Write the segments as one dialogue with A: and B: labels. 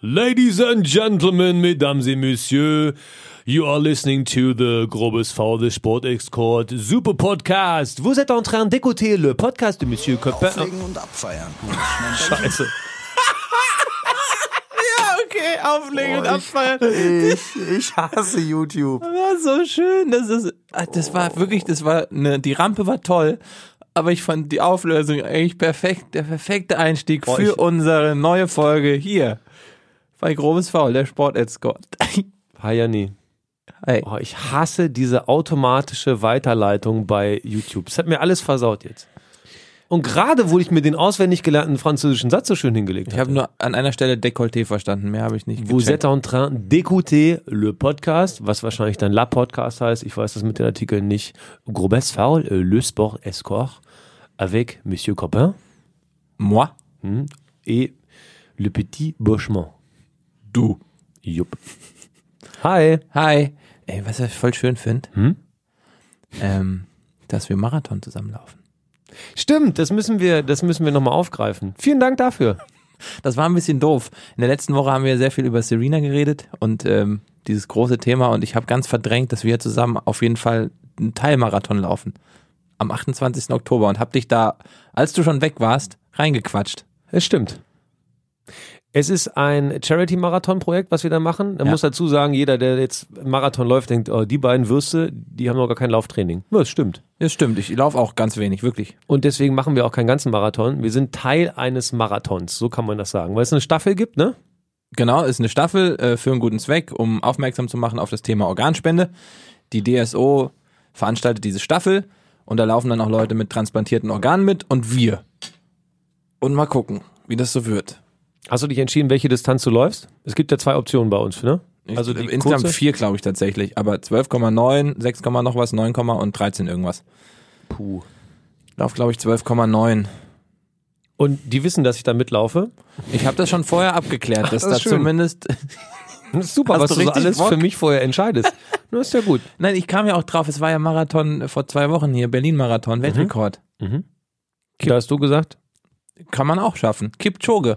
A: Ladies and gentlemen, mesdames et messieurs, you are listening to the Grobes V, the Sport Escort Super Podcast. Vous êtes en train d'écouter le podcast de Monsieur Copain.
B: Oh,
C: Auflegen und abfeiern.
A: Scheiße.
D: Okay, auflegen und abfeiern.
C: Ich, ich hasse YouTube.
D: war so schön. Das, ist, ah, das war wirklich, das war ne, die Rampe war toll, aber ich fand die Auflösung eigentlich perfekt, der perfekte Einstieg für unsere neue Folge hier bei Grobes Foul, der Sport Escort.
A: Hi, Janni.
D: Hey,
A: Oh, ich hasse diese automatische Weiterleitung bei YouTube. Das hat mir alles versaut jetzt. Und gerade, wo ich mir den auswendig gelernten französischen Satz so schön hingelegt
D: ich habe nur an einer Stelle Dekolleté verstanden, mehr habe ich nicht
A: Vous
D: gecheckt.
A: êtes en train d'écouter le podcast, was wahrscheinlich dann La Podcast heißt. Ich weiß das mit den Artikeln nicht. Grobes Foul, euh, le sport escort, avec Monsieur Copain
D: Moi?
A: et le petit Bochement.
D: Du.
A: Jupp. Hi.
D: Hi. Ey, was ich voll schön finde, ähm, dass wir Marathon zusammenlaufen.
A: Stimmt, das müssen wir, das müssen wir nochmal aufgreifen. Vielen Dank dafür.
D: Das war ein bisschen doof. In der letzten Woche haben wir sehr viel über Serena geredet und ähm, dieses große Thema und ich habe ganz verdrängt, dass wir zusammen auf jeden Fall einen Teilmarathon laufen. Am 28. Oktober und hab dich da, als du schon weg warst, reingequatscht.
A: Es stimmt. Es ist ein Charity-Marathon-Projekt, was wir da machen. Man
D: Ja.
A: muss dazu sagen, jeder, der jetzt Marathon läuft, denkt, oh, die beiden Würste, die haben noch gar kein Lauftraining. Ja, das stimmt.
D: Das stimmt, ich laufe auch ganz wenig, wirklich.
A: Und deswegen machen wir auch keinen ganzen Marathon. Wir sind Teil eines Marathons, so kann man das sagen. Weil es eine Staffel gibt, ne?
D: Genau, ist eine Staffel äh, für einen guten Zweck, um aufmerksam zu machen auf das Thema Organspende. Die DSO veranstaltet diese Staffel und da laufen dann auch Leute mit transplantierten Organen mit und wir. Und mal gucken, wie das so wird.
A: Hast du dich entschieden, welche Distanz du läufst? Es gibt ja zwei Optionen bei uns, ne?
D: Ich,
A: Also
D: also
A: die
D: insgesamt
A: kurze-
D: vier, glaube ich tatsächlich, aber 12,9, 6, noch was, 9, und 13 irgendwas.
A: Puh.
D: Lauf, glaube ich, 12,9.
A: Und die wissen, dass ich da mitlaufe.
D: Ich habe das schon vorher abgeklärt,
A: das
D: dass das
A: ist
D: da
A: schön.
D: zumindest
A: Das ist super,
D: Hast
A: was
D: du
A: du so
D: richtig
A: alles
D: Bock?
A: für mich vorher entscheidest. Das ist ja gut.
D: Nein, ich kam ja auch drauf, es war ja Marathon äh, vor zwei Wochen hier, Berlin-Marathon, Weltrekord.
A: Da hast du gesagt?
D: Kann man auch schaffen. Kipchoge.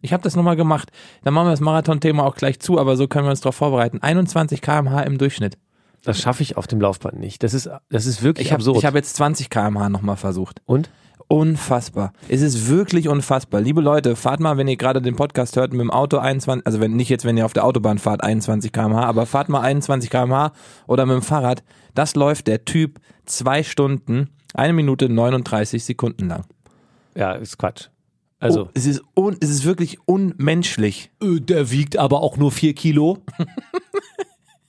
D: Ich habe das nochmal gemacht. Dann machen wir das Marathon-Thema auch gleich zu, aber so können wir uns darauf vorbereiten. 21 km/h im Durchschnitt.
A: Das schaffe ich auf dem Laufband nicht. Das ist, das ist wirklich
D: Ich habe
A: absurd.
D: hab jetzt 20 km/h nochmal versucht.
A: Und?
D: Unfassbar. Es ist wirklich unfassbar. Liebe Leute, fahrt mal, wenn ihr gerade den Podcast hört, mit dem Auto 21, also wenn nicht jetzt, wenn ihr auf der Autobahn fahrt, 21 km/h, aber fahrt mal 21 km/h oder mit dem Fahrrad. Das läuft der Typ zwei Stunden, eine Minute 39 Sekunden lang.
A: Ja, ist Quatsch. Also.
D: Oh, es, ist un, es ist wirklich unmenschlich.
A: Äh, Der wiegt aber auch nur vier Kilo.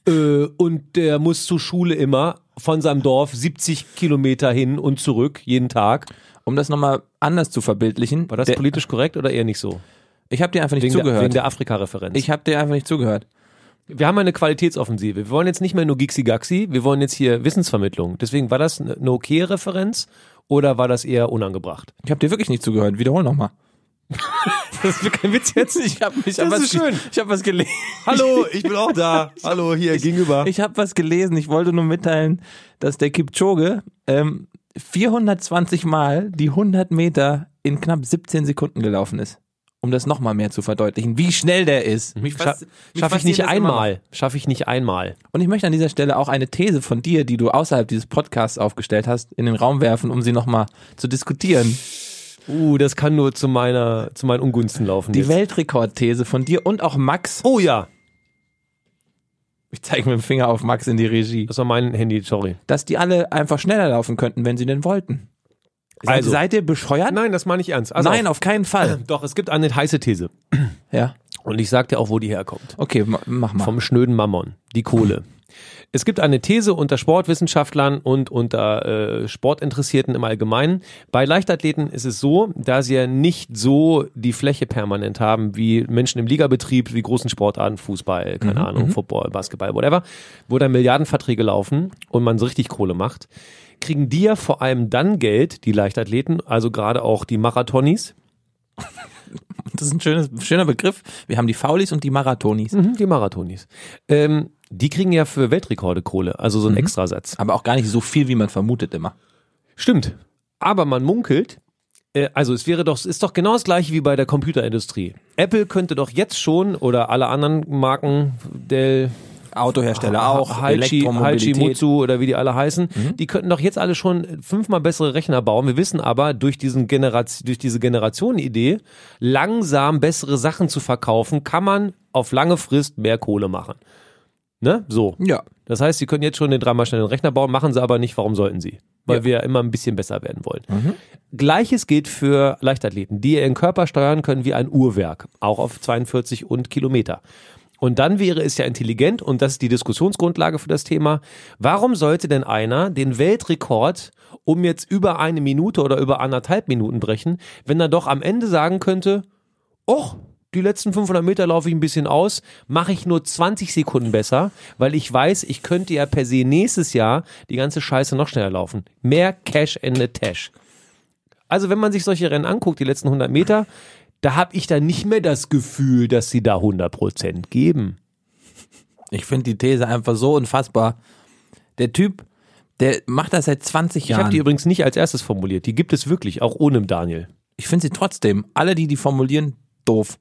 A: Äh, und der muss zur Schule immer von seinem Dorf 70 Kilometer hin und zurück jeden Tag.
D: Um das nochmal anders zu verbildlichen,
A: War das
D: der,
A: politisch korrekt oder eher nicht so?
D: ich habe dir einfach nicht
A: Wegen der, wegen
D: zugehört.
A: der Afrika-Referenz.
D: ich habe dir einfach nicht zugehört.
A: Wir haben eine Qualitätsoffensive. Wir wollen jetzt nicht mehr nur Gixi-Gaxi, wir wollen jetzt hier Wissensvermittlung. Deswegen war das eine okay Referenz oder war das eher unangebracht?
D: Ich habe dir wirklich nicht zugehört. Wiederhol nochmal.
A: Das ist kein Witz jetzt.
D: Ich habe mich
A: Das
D: hab
A: ist
D: was ge-
A: schön.
D: Ich habe was gelesen.
A: Hallo, ich bin auch da. Hallo, hier gegenüber.
D: Ich habe was gelesen. Ich wollte nur mitteilen, dass der Kipchoge ähm, 420 Mal die 100 Meter in knapp 17 Sekunden gelaufen ist. Um das nochmal mehr zu verdeutlichen, wie schnell der ist. Mich
A: Scha
D: faszi- mich
A: Schaffe ich
D: fasziniert
A: nicht
D: das immer noch.
A: einmal. Schaffe ich nicht einmal.
D: Und ich möchte an dieser Stelle auch eine These von dir, die du außerhalb dieses Podcasts aufgestellt hast, in den Raum werfen, um sie nochmal zu diskutieren.
A: Uh, das kann nur zu meiner, zu meinen Ungunsten laufen.
D: Die
A: jetzt.
D: Weltrekordthese von dir und auch Max.
A: Oh ja.
D: Ich zeige mit dem Finger auf Max in die Regie.
A: Das war mein Handy, sorry.
D: Dass die alle einfach schneller laufen könnten, wenn sie denn wollten. Seid-
A: Also.
D: Seid ihr bescheuert?
A: Nein, das meine ich ernst. Also
D: Nein, auf keinen Fall.
A: Doch, es gibt eine heiße These.
D: Ja.
A: Und ich sag dir auch, wo die herkommt.
D: Okay, ma- mach mal.
A: vom schnöden Mammon, die Kohle. Es gibt eine These unter Sportwissenschaftlern und unter äh, Sportinteressierten im Allgemeinen. Bei Leichtathleten ist es so, da sie ja nicht so die Fläche permanent haben wie Menschen im Ligabetrieb, wie großen Sportarten, Fußball, keine Ahnung, Football, Basketball, whatever, wo da Milliardenverträge laufen und man so richtig Kohle macht, kriegen die ja vor allem dann Geld, die Leichtathleten, also gerade auch die Marathonis,
D: Das ist ein schönes, schöner Begriff. Wir haben die Faulis und die Marathonis.
A: mhm, die Marathonis, ähm, die kriegen ja für Weltrekorde Kohle, also so ein Extrasatz.
D: Aber auch gar nicht so viel, wie man vermutet immer.
A: Stimmt. Aber man munkelt, äh, also es wäre doch, es ist doch genau das gleiche wie bei der Computerindustrie. Apple könnte doch jetzt schon oder alle anderen Marken, Dell,
D: Autohersteller auch,
A: Haichi, Haichi
D: Elektromobilität. Mhm.
A: Mutsu oder wie die alle heißen, die könnten doch jetzt alle schon fünfmal bessere Rechner bauen. Wir wissen aber, durch, diesen Generation, durch diese Generationenidee, langsam bessere Sachen zu verkaufen, kann man auf lange Frist mehr Kohle machen. Ne? So.
D: Ja,
A: Das heißt, sie können jetzt schon den dreimal schnellen Rechner bauen, machen sie aber nicht. Warum sollten sie? Weil wir ja immer ein bisschen besser werden wollen. Gleiches gilt für Leichtathleten, die ihren Körper steuern können wie ein Uhrwerk, auch auf 42 und Kilometer. Und dann wäre es ja intelligent, und das ist die Diskussionsgrundlage für das Thema, warum sollte denn einer den Weltrekord um jetzt über eine Minute oder über anderthalb Minuten brechen, wenn er doch am Ende sagen könnte, Och, die letzten 500 Meter laufe ich ein bisschen aus, mache ich nur 20 Sekunden besser, weil ich weiß, ich könnte ja per se nächstes Jahr die ganze Scheiße noch schneller laufen. Mehr Cash in the Tash. Also wenn man sich solche Rennen anguckt, die letzten 100 Meter, da habe ich dann nicht mehr das Gefühl, dass sie da 100% geben.
D: ich finde die These einfach so unfassbar. Der Typ, der macht das seit 20
A: Ich habe
D: Jahren.
A: die übrigens nicht als erstes formuliert. Die gibt es wirklich, auch ohne Daniel.
D: ich finde sie trotzdem, alle die, die formulieren, doof.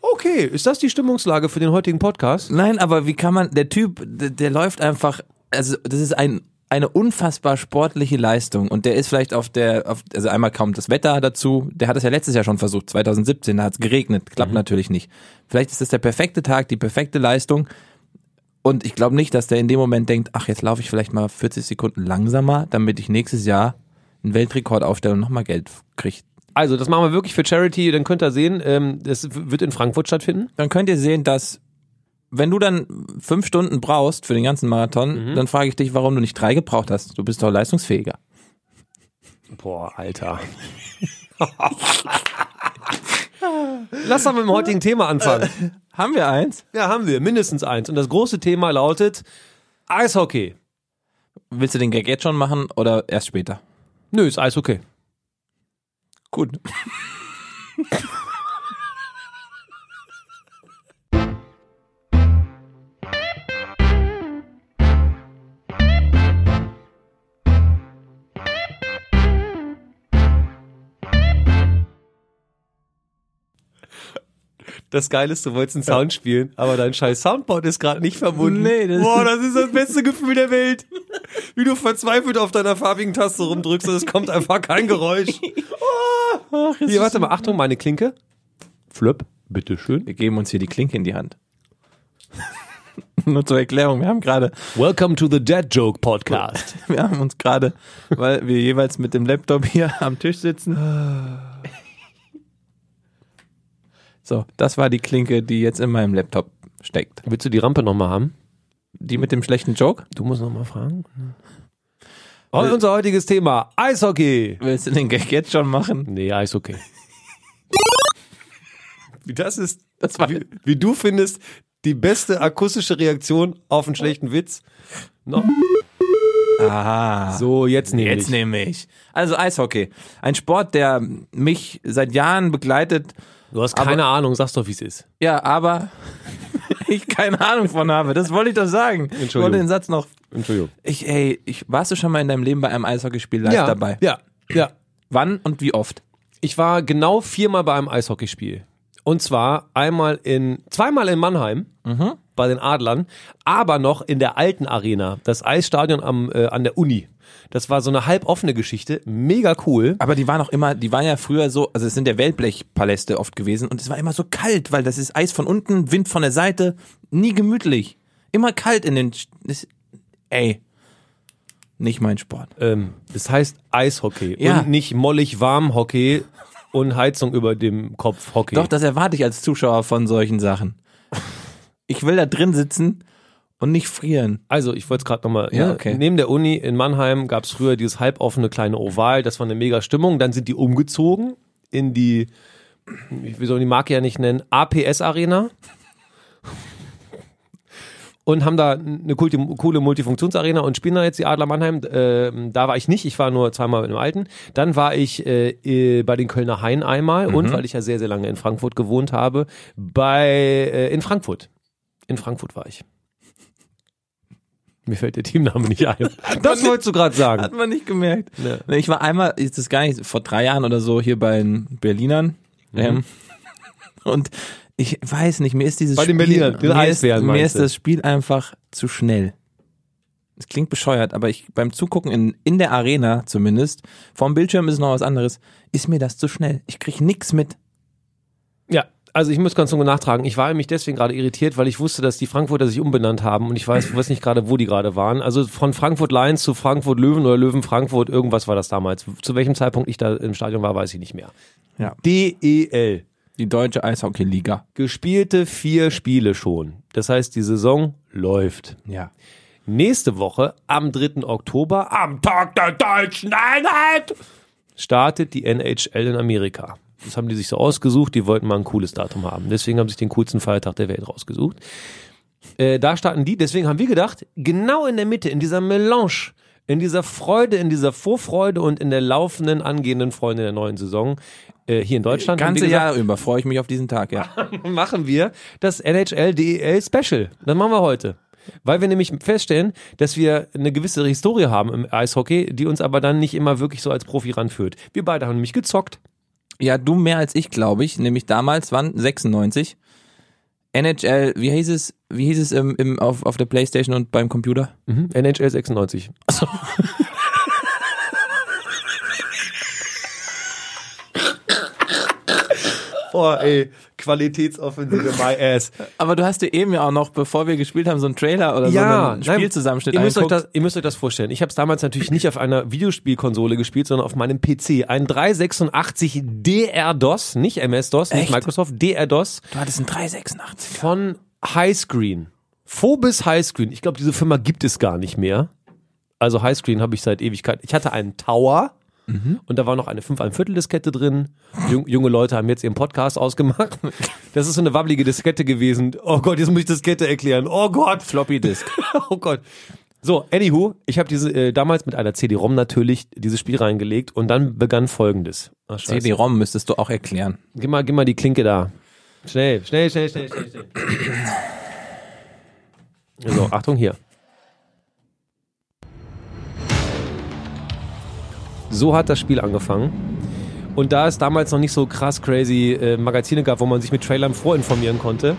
A: Okay, ist das die Stimmungslage für den heutigen Podcast?
D: Nein, aber wie kann man, der Typ, der, der läuft einfach, also das ist ein, eine unfassbar sportliche Leistung und der ist vielleicht auf der, auf, also einmal kaum das Wetter dazu, der hat es ja letztes Jahr schon versucht, 2017, da hat es geregnet, klappt natürlich nicht. Vielleicht ist das der perfekte Tag, die perfekte Leistung und ich glaube nicht, dass der in dem Moment denkt, ach jetzt laufe ich vielleicht mal 40 Sekunden langsamer, damit ich nächstes Jahr einen Weltrekord aufstelle und nochmal Geld kriege.
A: Also, das machen wir wirklich für Charity, dann könnt ihr sehen, ähm, das wird in Frankfurt stattfinden.
D: dann könnt ihr sehen, dass wenn du dann fünf Stunden brauchst für den ganzen Marathon, dann frage ich dich, warum du nicht drei gebraucht hast. Du bist doch leistungsfähiger.
A: Boah, Alter. Lass doch mit dem heutigen Thema anfangen.
D: Haben wir eins?
A: Ja, haben wir, mindestens eins. Und das große Thema lautet Eishockey.
D: Willst du den Gag jetzt schon machen oder erst später?
A: Nö, ist Eishockey.
D: Gut.
A: Das Geile ist, du wolltest einen Sound spielen, aber dein scheiß Soundboard ist gerade nicht verbunden.
D: Nee, das-
A: Boah, das ist das beste Gefühl der Welt. Wie du verzweifelt auf deiner farbigen Taste rumdrückst und es kommt einfach kein Geräusch. Oh. Hier, warte mal, Achtung, meine Klinke. Flöpp, bitteschön.
D: Wir geben uns hier die Klinke in die Hand. Nur zur Erklärung, wir haben gerade,
A: Welcome to the Dead Joke Podcast.
D: wir haben uns gerade, weil wir jeweils mit dem Laptop hier am Tisch sitzen. So, das war die Klinke, die jetzt in meinem Laptop steckt.
A: Willst du die Rampe nochmal haben?
D: Die mit dem schlechten Joke?
A: Du musst nochmal fragen. Äh. unser heutiges Thema, Eishockey.
D: Willst du den Gag jetzt schon machen?
A: Nee, Eishockey. Das ist,
D: Das war,
A: wie, wie du findest, die beste akustische Reaktion auf einen schlechten Witz. No.
D: aha,
A: So, jetzt nehme
D: jetzt ne-
A: ich.
D: nehme ich. Also Eishockey, ein Sport, der mich seit Jahren begleitet.
A: Du hast keine Ahnung, sagst doch, wie es ist.
D: Ja, aber ich keine Ahnung von habe. Das wollte ich doch sagen. Ich
A: Entschuldigung.
D: wollte den Satz noch.
A: Entschuldigung.
D: Ich, ey, ich, warst du schon mal in deinem Leben bei einem Eishockeyspiel live
A: Ja,
D: dabei?
A: ja, ja.
D: Wann und wie oft?
A: Ich war genau viermal bei einem Eishockeyspiel. Und zwar einmal in, zweimal in Mannheim
D: Mhm.
A: bei den Adlern, aber noch in der alten Arena, das Eisstadion am, äh, an der Uni. Das war so eine halboffene Geschichte, mega cool.
D: Aber die waren auch immer, die waren ja früher so, also es sind ja Wellblechpaläste oft gewesen und es war immer so kalt, weil das ist Eis von unten, Wind von der Seite, nie gemütlich. Immer kalt in den. Sch- das- Ey. Nicht mein Sport.
A: Ähm, das heißt Eishockey
D: Ja.
A: und nicht mollig warm Hockey und Heizung über dem Kopf Hockey.
D: Doch, das erwarte ich als Zuschauer von solchen Sachen. Ich will da drin sitzen und nicht frieren.
A: Also, ich wollte es gerade nochmal.
D: Ja,
A: ne?
D: okay.
A: Neben der Uni in Mannheim gab es früher dieses halboffene kleine Oval, das war eine mega Stimmung. Dann sind die umgezogen in die, wie soll die Marke ja nicht nennen, APS-Arena. Und haben da eine coole, coole Multifunktionsarena und spielen da jetzt die Adler Mannheim. Ähm, da war ich nicht, ich war nur zweimal im Alten. Dann war ich äh, äh, bei den Kölner Hain einmal und weil ich ja sehr, sehr lange in Frankfurt gewohnt habe, bei äh, in Frankfurt. In Frankfurt war ich. Mir fällt der Teamname nicht ein. Das wolltest du gerade
D: Hat
A: sagen.
D: man nicht gemerkt.
A: Ja.
D: Nee, Ich war einmal, ist das gar nicht, vor drei Jahren oder so hier bei den Berlinern.
A: Mhm.
D: Ähm, und ich weiß nicht, mir ist dieses
A: Bei den
D: Spiel,
A: Berlinern, den
D: mir, ist,
A: Eisbären
D: mir
A: meinst
D: ist
A: du?
D: das Spiel einfach zu schnell. Es klingt bescheuert, aber ich beim Zugucken in, in der Arena zumindest, vom Bildschirm ist noch was anderes, ist mir das zu schnell. Ich krieg nix mit.
A: Ja, also ich muss ganz genau nachtragen. Ich war nämlich deswegen gerade irritiert, weil ich wusste, dass die Frankfurter sich umbenannt haben und ich weiß, weiß nicht gerade, wo die gerade waren. Also von Frankfurt Lions zu Frankfurt Löwen oder Löwen Frankfurt, irgendwas war das damals. Zu welchem Zeitpunkt ich da im Stadion war, weiß ich nicht mehr.
D: Ja.
A: DEL.
D: Die deutsche Eishockey-Liga.
A: Gespielte vier Spiele schon. Das heißt, die Saison läuft.
D: Ja.
A: Nächste Woche, am 3. Oktober, am Tag der deutschen Einheit, startet die NHL in Amerika. Das haben die sich so ausgesucht, die wollten mal ein cooles Datum haben. Deswegen haben sie sich den coolsten Feiertag der Welt rausgesucht. Äh, da starten die, deswegen haben wir gedacht, genau in der Mitte, in dieser Melange, in dieser Freude, in dieser Vorfreude und in der laufenden, angehenden Freude der neuen Saison äh, hier in Deutschland. haben
D: Ganze
A: wir gesagt,
D: Jahr über freue ich mich auf diesen Tag, ja.
A: machen wir das NHL DEL E Special. Das machen wir heute. Weil wir nämlich feststellen, dass wir eine gewisse Historie haben im Eishockey, die uns aber dann nicht immer wirklich so als Profi ranführt. Wir beide haben nämlich gezockt.
D: Ja, du mehr als ich, glaube ich. Nämlich damals waren 96. NHL, wie hieß es, wie hieß es im, im, auf, auf der Playstation und beim Computer?
A: Mhm, NHL 96. Boah, ey, Qualitätsoffensive my ass.
D: Aber du hast dir eben ja auch noch, bevor wir gespielt haben, so einen Trailer oder
A: Ja,
D: so einen
A: nein,
D: Spielzusammenschnitt
A: ihr müsst, euch
D: angeguckt.
A: das, ihr müsst euch das vorstellen. Ich habe es damals natürlich nicht auf einer Videospielkonsole gespielt, sondern auf meinem PC. Ein 386 DR-DOS, nicht MS-DOS, nicht
D: Echt?
A: Microsoft, DR-DOS
D: du hattest einen 386.
A: von Highscreen. Phobis Highscreen. Ich glaube, diese Firma gibt es gar nicht mehr. Also Highscreen habe ich seit Ewigkeit. Ich hatte einen Tower
D: Mhm.
A: und da war noch eine 5 ein Viertel Diskette drin. Jung, junge Leute haben jetzt ihren Podcast ausgemacht. Das ist so eine wabbelige Diskette gewesen. Oh Gott, jetzt muss ich Diskette erklären. Oh Gott.
D: Floppy Disk.
A: Oh Gott. So, anywho, ich habe diese äh, damals mit einer CD-ROM natürlich dieses Spiel reingelegt und dann begann folgendes. Ach, scheiße.
D: CD-ROM müsstest du auch erklären.
A: Gib mal, gib mal die Klinke da. Schnell, schnell, schnell, schnell, schnell, schnell. So, Achtung hier. So hat das Spiel angefangen. Und da es damals noch nicht so krass crazy äh, Magazine gab, wo man sich mit Trailern vorinformieren konnte,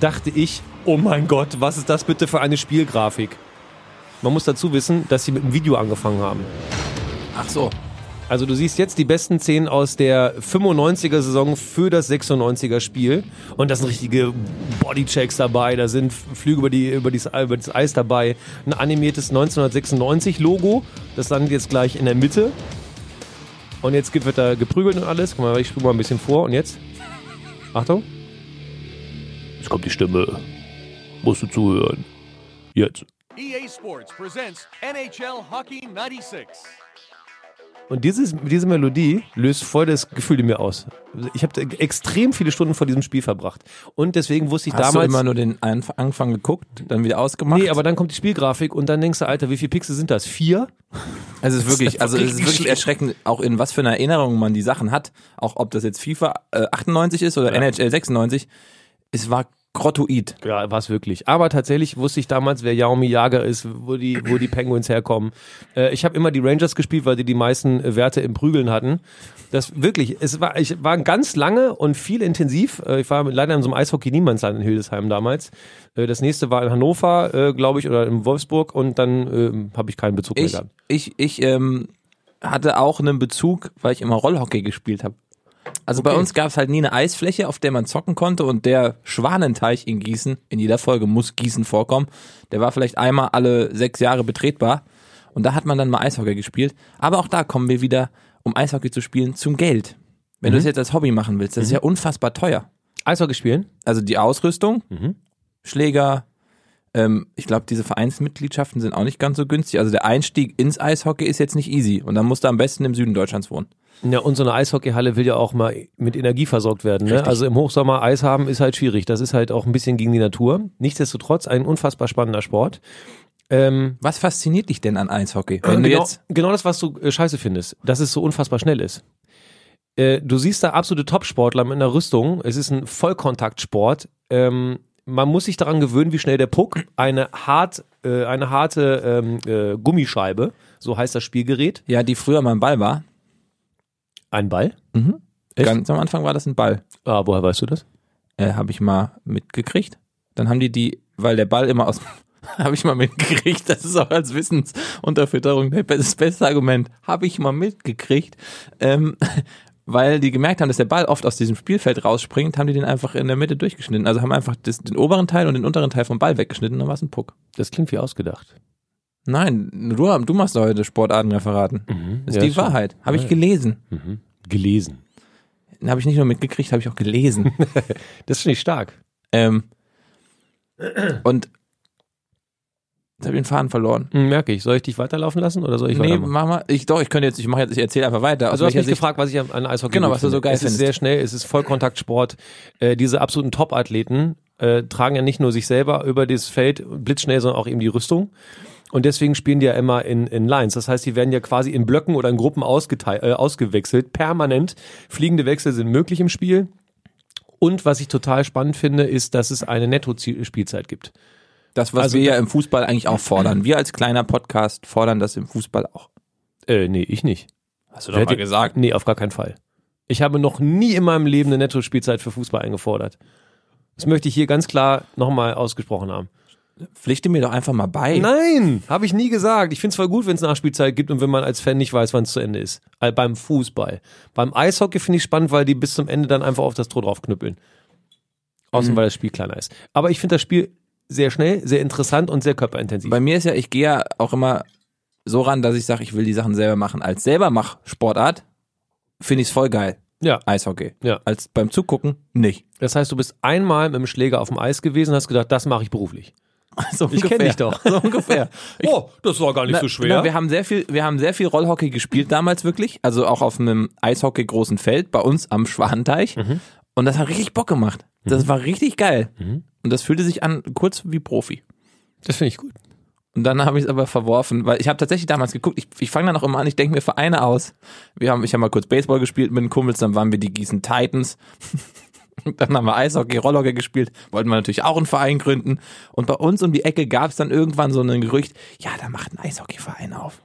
A: dachte ich, oh mein Gott, was ist das bitte für eine Spielgrafik? Man muss dazu wissen, dass sie mit einem Video angefangen haben.
D: Ach so.
A: Also du siehst jetzt die besten Szenen aus der 95er Saison für das 96er Spiel und da sind richtige Bodychecks dabei, da sind Flüge über die über das, über das Eis dabei, ein animiertes 1996 Logo, das landet jetzt gleich in der Mitte. Und jetzt gibt- wird da geprügelt und alles. Guck mal, ich spule mal ein bisschen vor und jetzt Achtung. Jetzt kommt die Stimme. Musst du zuhören. Jetzt.
E: EA E Sports presents NHL Hockey 96.
A: Und dieses, diese Melodie löst voll das Gefühl in mir aus. Ich habe extrem viele Stunden vor diesem Spiel verbracht. Und deswegen wusste ich
D: Hast du
A: damals.
D: immer nur den Anf Anfang geguckt, dann wieder ausgemacht?
A: nee, aber dann kommt die Spielgrafik und dann denkst du, Alter, wie viele Pixel sind das? Vier?
D: Also es ist wirklich, also es ist
A: richtig
D: wirklich erschreckend, auch in was für einer Erinnerung man die Sachen hat. Auch ob das jetzt FIFA äh, 98 ist oder NHL 96. Es war grottoid.
A: Ja, war es wirklich. Aber tatsächlich wusste ich damals, wer Yaomi Jager ist, wo die, wo die Penguins herkommen. Äh, ich habe immer die Rangers gespielt, weil die die meisten äh, Werte im Prügeln hatten. Das wirklich, es war, ich war ganz lange und viel intensiv. Äh, ich war leider in so einem Eishockey-Niemandsland in Hildesheim damals. Äh, das nächste war in Hannover, äh, glaube ich, oder in Wolfsburg und dann ähm, habe ich keinen Bezug mehr
D: Ich,
A: gehabt.
D: ich, ich ähm, hatte auch einen Bezug, weil ich immer Rollhockey gespielt habe. Also bei
A: Okay.
D: uns gab es halt nie eine Eisfläche, auf der man zocken konnte und der Schwanenteich in Gießen, in jeder Folge muss Gießen vorkommen, der war vielleicht einmal alle sechs Jahre betretbar und da hat man dann mal Eishockey gespielt. Aber auch da kommen wir wieder, um Eishockey zu spielen, zum Geld. Wenn du es jetzt als Hobby machen willst, das ist ja unfassbar teuer.
A: Eishockey spielen?
D: Also die Ausrüstung,
A: Mhm.
D: Schläger, ähm, ich glaube, diese Vereinsmitgliedschaften sind auch nicht ganz so günstig. Also der Einstieg ins Eishockey ist jetzt nicht easy. Und dann musst du am besten im Süden Deutschlands wohnen.
A: Ja, und so eine Eishockeyhalle will ja auch mal mit Energie versorgt werden. Ne? Also im Hochsommer Eis haben ist halt schwierig. Das ist halt auch ein bisschen gegen die Natur. Nichtsdestotrotz ein unfassbar spannender Sport. Ähm,
D: Was fasziniert dich denn an Eishockey? Wenn du
A: genau,
D: jetzt,
A: genau das, was du äh, scheiße findest, dass es so unfassbar schnell ist. Äh, du siehst da absolute Topsportler mit einer Rüstung. Es ist ein Vollkontaktsport. Ähm, man muss sich daran gewöhnen, wie schnell der Puck eine, hart, äh, eine harte ähm, äh, Gummischeibe, so heißt das Spielgerät,
D: Ja, die früher mal ein Ball war.
A: ein Ball. Echt?
D: Ganz am Anfang war das ein Ball.
A: Ah, woher weißt du das?
D: Äh, habe ich mal mitgekriegt. Dann haben die die, weil der Ball immer aus. habe ich mal mitgekriegt. Das ist auch als Wissensunterfütterung der- das beste Argument. Habe ich mal mitgekriegt. Ähm, weil die gemerkt haben, dass der Ball oft aus diesem Spielfeld rausspringt, haben die den einfach in der Mitte durchgeschnitten. Also haben einfach das, den oberen Teil und den unteren Teil vom Ball weggeschnitten, dann war es ein Puck.
A: Das klingt wie ausgedacht.
D: Nein, du, du machst doch heute Sportartenreferaten. Das ist
A: Mhm. ja,
D: die
A: schon.
D: Wahrheit. Habe ich gelesen.
A: Gelesen.
D: Habe ich nicht nur mitgekriegt, habe ich auch gelesen.
A: Das finde ich stark.
D: ähm, und jetzt habe ich den Faden verloren.
A: Hm, Merke ich. Soll ich dich weiterlaufen lassen oder soll ich
D: nee,
A: weitermachen?
D: mach mal. Ich, doch, ich könnte jetzt, ich mache jetzt, ich erzähle einfach weiter.
A: Also du
D: Aus
A: hast mich
D: welcher Sicht-
A: gefragt, was ich an Eishockey
D: Genau,
A: gut
D: was du so
A: finde.
D: geil
A: Es ist
D: findest.
A: sehr schnell, es ist Vollkontaktsport. Äh, diese absoluten Top-Athleten äh, tragen ja nicht nur sich selber über dieses Feld blitzschnell, sondern auch eben die Rüstung. Und deswegen spielen die ja immer in, in Lines. Das heißt, die werden ja quasi in Blöcken oder in Gruppen ausgeteilt, äh, ausgewechselt, permanent. Fliegende Wechsel sind möglich im Spiel. Und was ich total spannend finde, ist, dass es eine Netto-Spielzeit gibt.
D: das, was
A: also-
D: wir ja im Fußball eigentlich auch fordern. Wir als kleiner Podcast fordern das im Fußball auch.
A: Äh, nee, ich nicht.
D: Hast du
A: doch mal
D: gesagt.
A: Nee, auf gar keinen Fall. Ich habe noch nie in meinem Leben eine Netto-Spielzeit für Fußball eingefordert. Das möchte ich hier ganz klar nochmal ausgesprochen haben.
D: Pflichte mir doch einfach mal bei.
A: Nein, habe ich nie gesagt. Ich finde es voll gut, wenn es Nachspielzeit gibt und wenn man als Fan nicht weiß, wann es zu Ende ist. All beim Fußball. Beim Eishockey finde ich spannend, weil die bis zum Ende dann einfach auf das Tor draufknüppeln. Außer weil das Spiel kleiner ist. Aber ich finde das Spiel sehr schnell, sehr interessant und sehr körperintensiv.
D: Bei mir ist ja, ich gehe ja auch immer so ran, dass ich sage, ich will die Sachen selber machen. Als selber mach Sportart finde ich es voll geil.
A: ja.
D: Eishockey.
A: Ja.
D: Als beim Zugucken nicht.
A: Das heißt, du bist einmal mit dem Schläger auf dem Eis gewesen und hast gedacht, das mache ich beruflich.
D: So
A: Ich kenne dich doch.
D: So ungefähr.
A: oh, das war gar nicht so schwer.
D: wir haben sehr viel, wir haben sehr viel Rollhockey gespielt damals wirklich, also auch auf einem Eishockey großen Feld bei uns am Schwanteich.
A: Mhm.
D: Und das hat richtig Bock gemacht. Das war richtig geil.
A: Mhm.
D: Und das fühlte sich an kurz wie Profi.
A: das finde ich gut.
D: Und dann habe ich es aber verworfen, weil ich habe tatsächlich damals geguckt, ich, ich fange dann auch immer an, ich denke mir Vereine aus. Wir haben, ich habe mal kurz Baseball gespielt mit den Kumpels, dann waren wir die Gießen Titans. Und dann haben wir Eishockey, Rollhockey gespielt, wollten wir natürlich auch einen Verein gründen. Und bei uns um die Ecke gab es dann irgendwann so ein Gerücht, ja, da macht ein Eishockeyverein auf.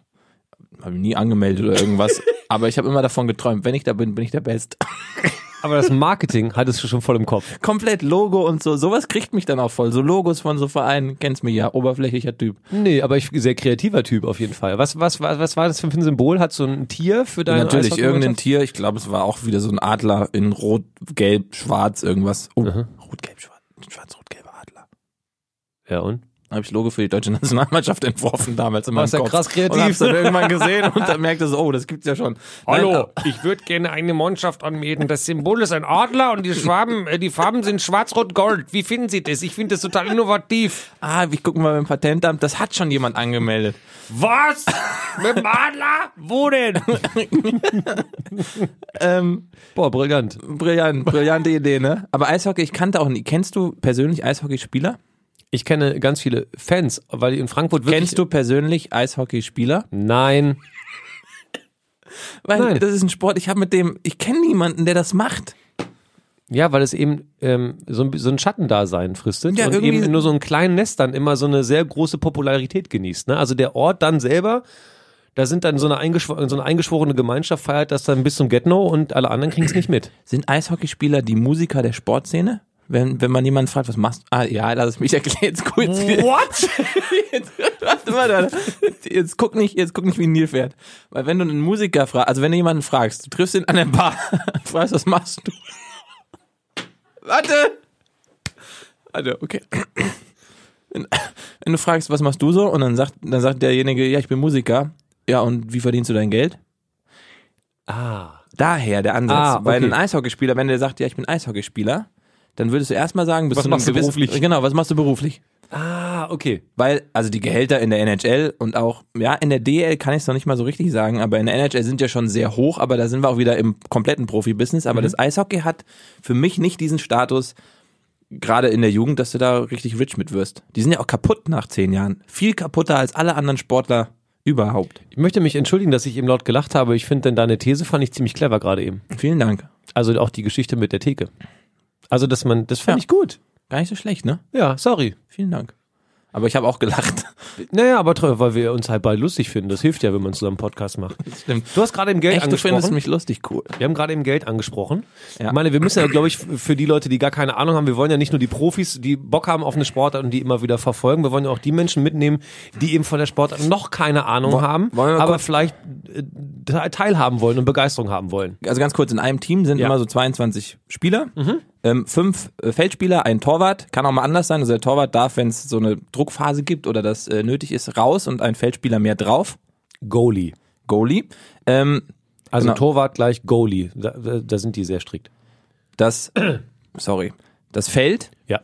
D: Habe ich nie angemeldet oder irgendwas, aber ich habe immer davon geträumt, wenn ich da bin, bin ich der Best.
A: Aber das Marketing hattest du schon voll im Kopf.
D: Komplett Logo und so, sowas kriegt mich dann auch voll. So Logos von so Vereinen, kennst mich ja, oberflächlicher Typ.
A: Nee, aber ich sehr kreativer Typ auf jeden Fall. Was, was, was, was war das für ein Symbol? Hat so ein Tier für deine
D: Natürlich, irgendein
A: Äh, Eishockeymannschaft?
D: Tier. Ich glaube, es war auch wieder so ein Adler in Rot, Gelb, Schwarz, irgendwas. Oh, Rot, Gelb, Schwarz, Schwarz, Rot, Gelber Adler.
A: Ja, und?
D: Habe ich Logo für die deutsche Nationalmannschaft entworfen damals in meinem
A: Warst ja
D: Kopf.
A: krass kreativ.
D: Und hab's dann irgendwann gesehen und dann merkte so, oh, das gibt's ja schon. Nein,
A: ich würde gerne eine Mannschaft anmelden. Das Symbol ist ein Adler und die, Schwaben, äh, die Farben sind schwarz-rot-gold. Wie finden Sie das? Ich finde das total innovativ.
D: ah, ich gucke mal beim Patentamt, das hat schon jemand angemeldet.
A: Was? Mit dem Adler? Wo denn?
D: Ähm,
A: Boah, brillant.
D: brillant, brillante Idee, ne? Aber Eishockey, ich kannte auch nie. Kennst du persönlich Eishockeyspieler?
A: Ich kenne ganz viele Fans, weil in Frankfurt wirklich...
D: Kennst du persönlich Eishockeyspieler?
A: Nein.
D: Weil
A: Nein.
D: das ist ein Sport, ich habe mit dem, ich kenne niemanden, der das macht.
A: Ja, weil es eben ähm, so, ein, so ein Schattendasein fristet
D: Ja,
A: und
D: irgendwie-
A: eben in nur so ein kleinen Nest dann immer so eine sehr große Popularität genießt. Ne? Also der Ort dann selber, da sind dann so eine, eingeschw so eine eingeschworene Gemeinschaft, feiert das dann bis zum Get-No und alle anderen kriegen es nicht mit.
D: Sind Eishockeyspieler die Musiker der Sportszene? Wenn, wenn man jemanden fragt, was machst du? Ah, ja, lass es mich erklären. Jetzt, guck- jetzt,
A: What?
D: jetzt, warte, warte, warte. jetzt guck nicht, jetzt guck nicht, wie ein Nil fährt. Weil wenn du einen Musiker fragst, also wenn du jemanden fragst, du triffst ihn an der Bar, fragst, was machst du? Warte! Warte, okay. Wenn, wenn du fragst, was machst du so? Und dann sagt, dann sagt derjenige, ja, ich bin Musiker. Ja, und wie verdienst du dein Geld?
A: Ah,
D: Daher der Ansatz.
A: Ah, okay.
D: Weil ein Eishockeyspieler, wenn der sagt, ja, ich bin Eishockeyspieler, dann würdest du erstmal sagen, bist
A: Was
D: du
A: machst du beruflich?
D: Genau, was machst du beruflich?
A: ah, okay.
D: Weil, also die Gehälter in der NHL und auch, ja, in der DL kann ich es noch nicht mal so richtig sagen, aber in der NHL sind ja schon sehr hoch, aber da sind wir auch wieder im kompletten Profibusiness. Aber das Eishockey hat für mich nicht diesen Status, gerade in der Jugend, dass du da richtig rich mit wirst. Die sind ja auch kaputt nach zehn Jahren. Viel kaputter als alle anderen Sportler überhaupt.
A: Ich möchte mich entschuldigen, dass ich eben laut gelacht habe. Ich finde denn deine These fand ich ziemlich clever gerade eben.
D: Vielen Dank.
A: Also auch die Geschichte mit der Theke. Also, dass man, das fand
D: Ja.
A: ich gut.
D: Gar nicht so schlecht, ne?
A: Ja, sorry.
D: Vielen Dank. Aber ich habe auch gelacht.
A: Naja, aber tr- weil wir uns halt beide lustig finden. Das hilft ja, wenn man zusammen Podcast macht.
D: Stimmt.
A: Du hast gerade im Geld
D: Echt, du
A: angesprochen.
D: findest mich lustig cool.
A: Wir haben gerade eben Geld angesprochen.
D: Ja.
A: Ich meine, wir müssen ja, glaube ich, für die Leute, die gar keine Ahnung haben, wir wollen ja nicht nur die Profis, die Bock haben auf eine Sportart und die immer wieder verfolgen, wir wollen ja auch die Menschen mitnehmen, die eben von der Sportart noch keine Ahnung haben,
D: wollen wir mal
A: aber
D: kurz-
A: vielleicht äh, te- teilhaben wollen und Begeisterung haben wollen.
D: Also ganz kurz, in einem Team sind
A: Ja. Mhm.
D: immer so 22 Spieler, ähm, fünf äh, Feldspieler, ein Torwart, kann auch mal anders sein. Also der Torwart darf, wenn es so eine Druckphase gibt oder das äh, nötig ist, raus und ein Feldspieler mehr drauf.
A: Goalie.
D: Goalie. Ähm,
A: Also
D: Genau.
A: Torwart gleich Goalie. Da, da da sind die sehr strikt.
D: das, sorry, das Feld
A: Ja.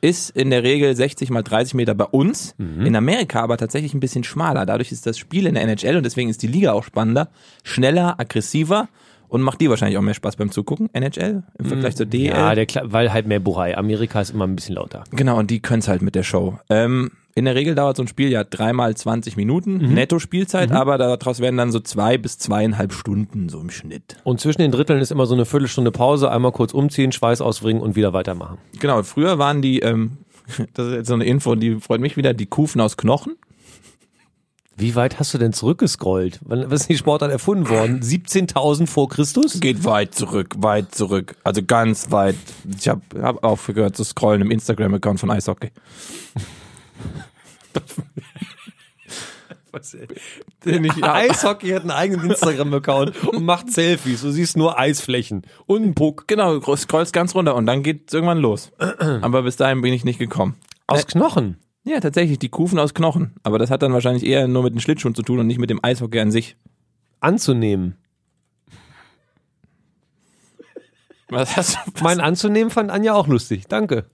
D: ist in der Regel 60 mal 30 Meter bei uns,
A: Mhm.
D: in Amerika aber tatsächlich ein bisschen schmaler. Dadurch ist das Spiel in der NHL und deswegen ist die Liga auch spannender, schneller, aggressiver und macht die wahrscheinlich auch mehr Spaß beim Zugucken, NHL, im Vergleich zur DL.
A: Mhm. Ja, der, Kle- weil halt mehr Buhai. Amerika ist immer ein bisschen lauter.
D: Genau, und die können es halt mit der Show. Ähm, in der Regel dauert so ein Spiel ja dreimal 20 Minuten, netto Spielzeit, aber daraus werden dann so zwei bis zweieinhalb Stunden so im Schnitt.
A: Und zwischen den Dritteln ist immer so eine Viertelstunde Pause, einmal kurz umziehen, Schweiß ausbringen und wieder weitermachen.
D: Genau, und früher waren die, ähm, das ist jetzt so eine Info, die freut mich wieder, die Kufen aus Knochen.
A: Wie weit hast du denn zurückgescrollt? Wann was ist die Sportart erfunden worden? 17.000 vor Christus?
D: Geht weit zurück, weit zurück, also ganz weit. Ich habe hab aufgehört zu scrollen im Instagram-Account von Eishockey.
A: Eishockey hat einen eigenen Instagram-Account und macht Selfies. Du siehst nur Eisflächen und einen Puck.
D: Genau, du scrollst ganz runter und dann geht's irgendwann los. Aber bis dahin bin ich nicht gekommen.
A: Aus Knochen.
D: Ja, tatsächlich, die Kufen aus Knochen. Aber das hat dann wahrscheinlich eher nur mit den Schlittschuhen zu tun und nicht mit dem Eishockey an sich.
A: Anzunehmen.
D: Was hast
A: Mein Anzunehmen fand Anja auch lustig. Danke.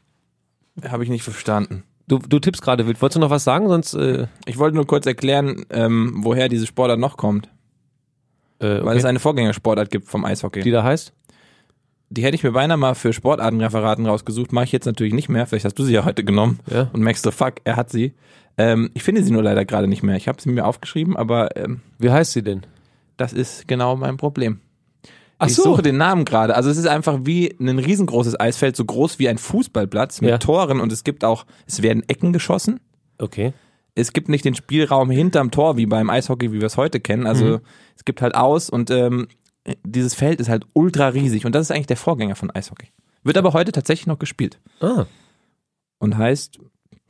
D: Habe ich nicht verstanden.
A: Du, du tippst gerade wild. Wolltest du noch was sagen? Sonst, äh,
D: Ich wollte nur kurz erklären, ähm, woher diese Sportart noch kommt.
A: äh,
D: Weil es
A: okay,
D: eine Vorgängersportart gibt vom Eishockey.
A: die
D: Die,
A: da heißt?
D: hätte ich mir beinahe mal für Sportartenreferaten rausgesucht. Mache ich jetzt natürlich nicht mehr. Vielleicht hast du sie ja heute genommen
A: Ja.
D: und merkst du, fuck, er hat sie. Ähm, ich finde sie nur leider gerade nicht mehr. Ich habe sie mir aufgeschrieben, aber ähm,
A: Wie heißt sie denn?
D: das ist genau mein Problem.
A: Ach
D: ich suche den Namen gerade. Also es ist einfach wie ein riesengroßes Eisfeld, so groß wie ein Fußballplatz mit
A: Ja.
D: Toren und es gibt auch, es werden Ecken geschossen.
A: Okay.
D: Es gibt nicht den Spielraum hinterm Tor wie beim Eishockey, wie wir es heute kennen. Also es gibt halt aus und ähm, dieses Feld ist halt ultra riesig und das ist eigentlich der Vorgänger von Eishockey. Wird aber heute tatsächlich noch gespielt
A: Ah.
D: und heißt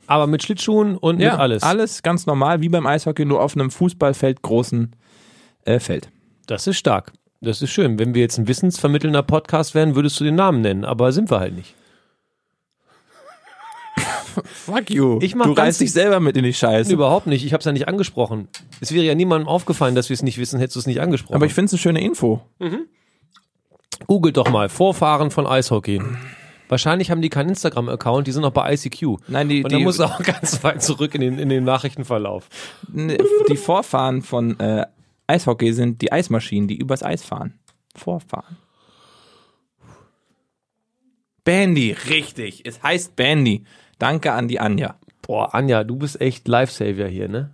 A: Aber mit Schlittschuhen und mit alles.
D: alles ganz normal wie beim Eishockey nur auf einem Fußballfeld großen äh, Feld.
A: Das ist stark. Das ist schön. Wenn wir jetzt ein wissensvermittelnder Podcast wären, würdest du den Namen nennen, aber sind wir halt nicht.
D: Fuck you.
A: Ich mach
D: du
A: ganz-
D: reißt dich selber mit in die Scheiße.
A: Überhaupt nicht. Ich habe es ja nicht angesprochen. Es wäre ja niemandem aufgefallen, dass wir es nicht wissen, hättest du es nicht angesprochen.
D: Aber ich finde es eine schöne Info.
A: google doch mal Vorfahren von Eishockey. Wahrscheinlich haben die keinen Instagram-Account, die sind noch bei ICQ.
D: Nein, die-
A: Und dann
D: die-
A: muss auch ganz weit zurück in den, in den Nachrichtenverlauf.
D: Ne, die Vorfahren von äh, Eishockey sind die Eismaschinen, die übers Eis fahren. Vorfahren. Bandy, richtig. Es heißt Bandy. Danke an die Anja.
A: Boah, Anja, du bist echt Lifesaver hier, ne?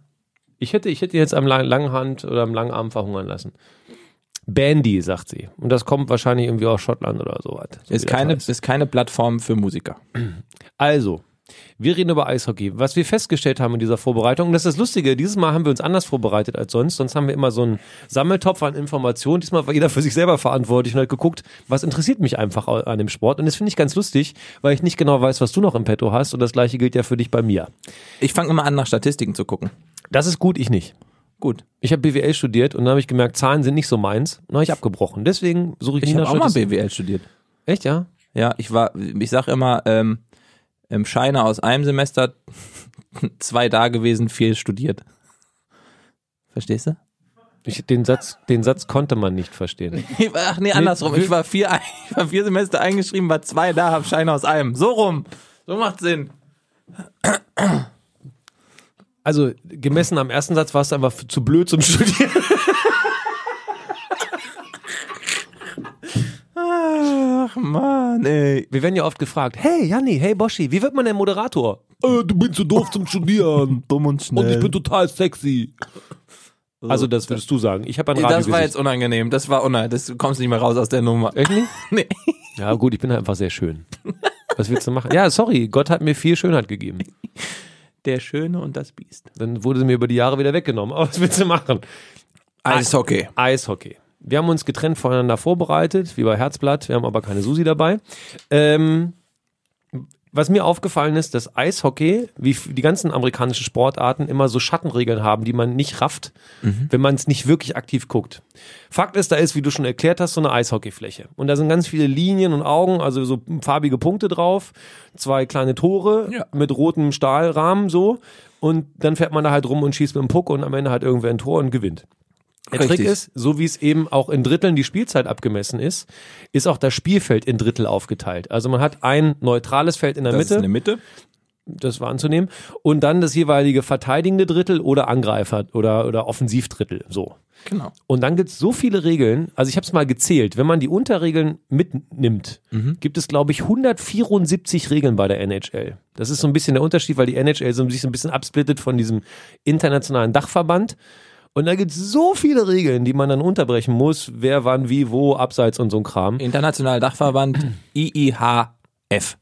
A: Ich hätte, ich hätte jetzt am lang, langen Hand oder am langen Arm verhungern lassen. Bandy, sagt sie. Und das kommt wahrscheinlich irgendwie aus Schottland oder sowas. So
D: Ist
A: wie das
D: keine,
A: heißt.
D: ist keine Plattform für Musiker.
A: Also, wir reden über Eishockey. Was wir festgestellt haben in dieser Vorbereitung, und das ist das Lustige, dieses Mal haben wir uns anders vorbereitet als sonst. Sonst haben wir immer so einen Sammeltopf an Informationen. Diesmal war jeder für sich selber verantwortlich und hat geguckt, was interessiert mich einfach au- an dem Sport. Und das finde ich ganz lustig, weil ich nicht genau weiß, was du noch im Petto hast. Und das gleiche gilt ja für dich bei mir.
D: Ich fange immer an, nach Statistiken zu gucken.
A: Das ist gut, ich nicht.
D: Gut.
A: Ich habe BWL studiert und dann habe ich gemerkt, Zahlen sind nicht so meins. Und dann habe ich abgebrochen. Deswegen suche ich,
D: Ich
A: Nina
D: habe auch mal
A: Schultes-
D: BWL studiert.
A: Echt, ja?
D: Ja, ich war, ich sag immer, ähm, im Scheiner aus einem Semester zwei da gewesen, vier studiert. Verstehst du?
A: Ich, den, Satz, den Satz konnte man nicht verstehen.
D: Ich war- Ach nee, andersrum. Ich war vier, ein- ich war vier Semester eingeschrieben, war zwei da, hab Schein aus einem. So rum. So macht Sinn.
A: Also gemessen am ersten Satz warst du einfach f- zu blöd zum Studieren.
D: Ach Mann, ey.
A: Wir werden ja oft gefragt, hey Janni, hey Boschi, wie wird man denn Moderator? Äh, du bist zu doof zum Studieren
D: Dumm und schnell.
A: total sexy. Also das würdest du sagen. Ich habe ein Radio
D: das war jetzt unangenehm. Äh, Das war unangenehm. Das du kommst nicht mehr raus aus der Nummer.
A: Echt nicht?
D: Nee.
A: Ja gut, ich bin halt einfach sehr schön. Was willst du machen? Ja, sorry, Gott hat mir viel Schönheit gegeben.
D: Der Schöne und das Biest.
A: Dann wurde sie mir über die Jahre wieder weggenommen. Aber was willst du machen?
D: Ah, Eishockey.
A: Eishockey. Wir haben uns getrennt voneinander vorbereitet, wie bei Herzblatt. Wir haben aber keine Susi dabei. Ähm, was mir aufgefallen ist, dass Eishockey, wie f- die ganzen amerikanischen Sportarten, immer so Schattenregeln haben, die man nicht rafft,
D: Mhm.
A: wenn man es nicht wirklich aktiv guckt. Fakt ist, da ist, wie du schon erklärt hast, so eine Eishockeyfläche. Und da sind ganz viele Linien und Augen, also so farbige Punkte drauf, zwei kleine Tore
D: Ja.
A: mit rotem Stahlrahmen so. Und dann fährt man da halt rum und schießt mit dem Puck und am Ende hat irgendwer ein Tor und gewinnt. Der Trick
D: Richtig.
A: ist, so wie es eben auch in Dritteln die Spielzeit abgemessen ist, ist auch das Spielfeld in Drittel aufgeteilt. Also man hat ein neutrales Feld in der
D: Das ist
A: Mitte,
D: eine Mitte.
A: das war anzunehmen, und dann das jeweilige verteidigende Drittel oder Angreifer oder, oder Offensivdrittel. So.
D: Genau.
A: Und dann gibt's so viele Regeln, also ich habe es mal gezählt, wenn man die Unterregeln mitnimmt, gibt es, glaube ich, 174 Regeln bei der NHL. Das ist so ein bisschen der Unterschied, weil die NHL so, sich so ein bisschen absplittet von diesem internationalen Dachverband. Und da gibt's so viele Regeln, die man dann unterbrechen muss, wer wann, wie, wo, abseits und so ein Kram.
D: Internationaler Dachverband IIHF.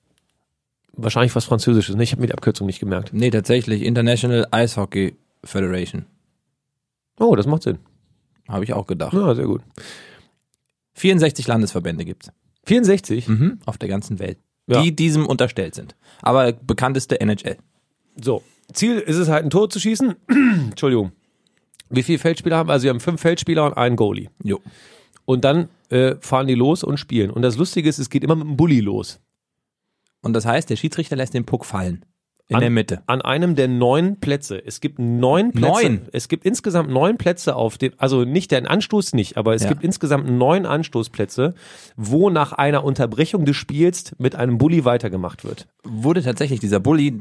A: Wahrscheinlich was Französisches, ne? Ich habe mir die Abkürzung nicht gemerkt.
D: Nee, tatsächlich. International Ice Hockey Federation.
A: Oh, das macht Sinn.
D: Habe ich auch gedacht.
A: Ja, sehr gut.
D: 64 Landesverbände gibt's
A: 64.
D: Mhm. Auf der ganzen Welt.
A: Ja.
D: Die diesem unterstellt sind. Aber bekannteste NHL.
A: So, Ziel ist es halt, ein Tor zu schießen. Entschuldigung. Wie viele Feldspieler haben? wir? Also wir haben fünf Feldspieler und einen Goalie.
D: Jo.
A: Und dann äh, fahren die los und spielen. Und das Lustige ist, es geht immer mit dem Bulli los.
D: Und das heißt, der Schiedsrichter lässt den Puck fallen. In
A: An-
D: der Mitte.
A: An einem der neun Plätze. Es gibt neun Plätze.
D: Neun?
A: Es gibt insgesamt neun Plätze auf dem, also nicht den Anstoß nicht, aber es
D: Ja.
A: gibt insgesamt neun Anstoßplätze, wo nach einer Unterbrechung des Spiels mit einem Bulli weitergemacht wird.
D: wurde tatsächlich dieser Bully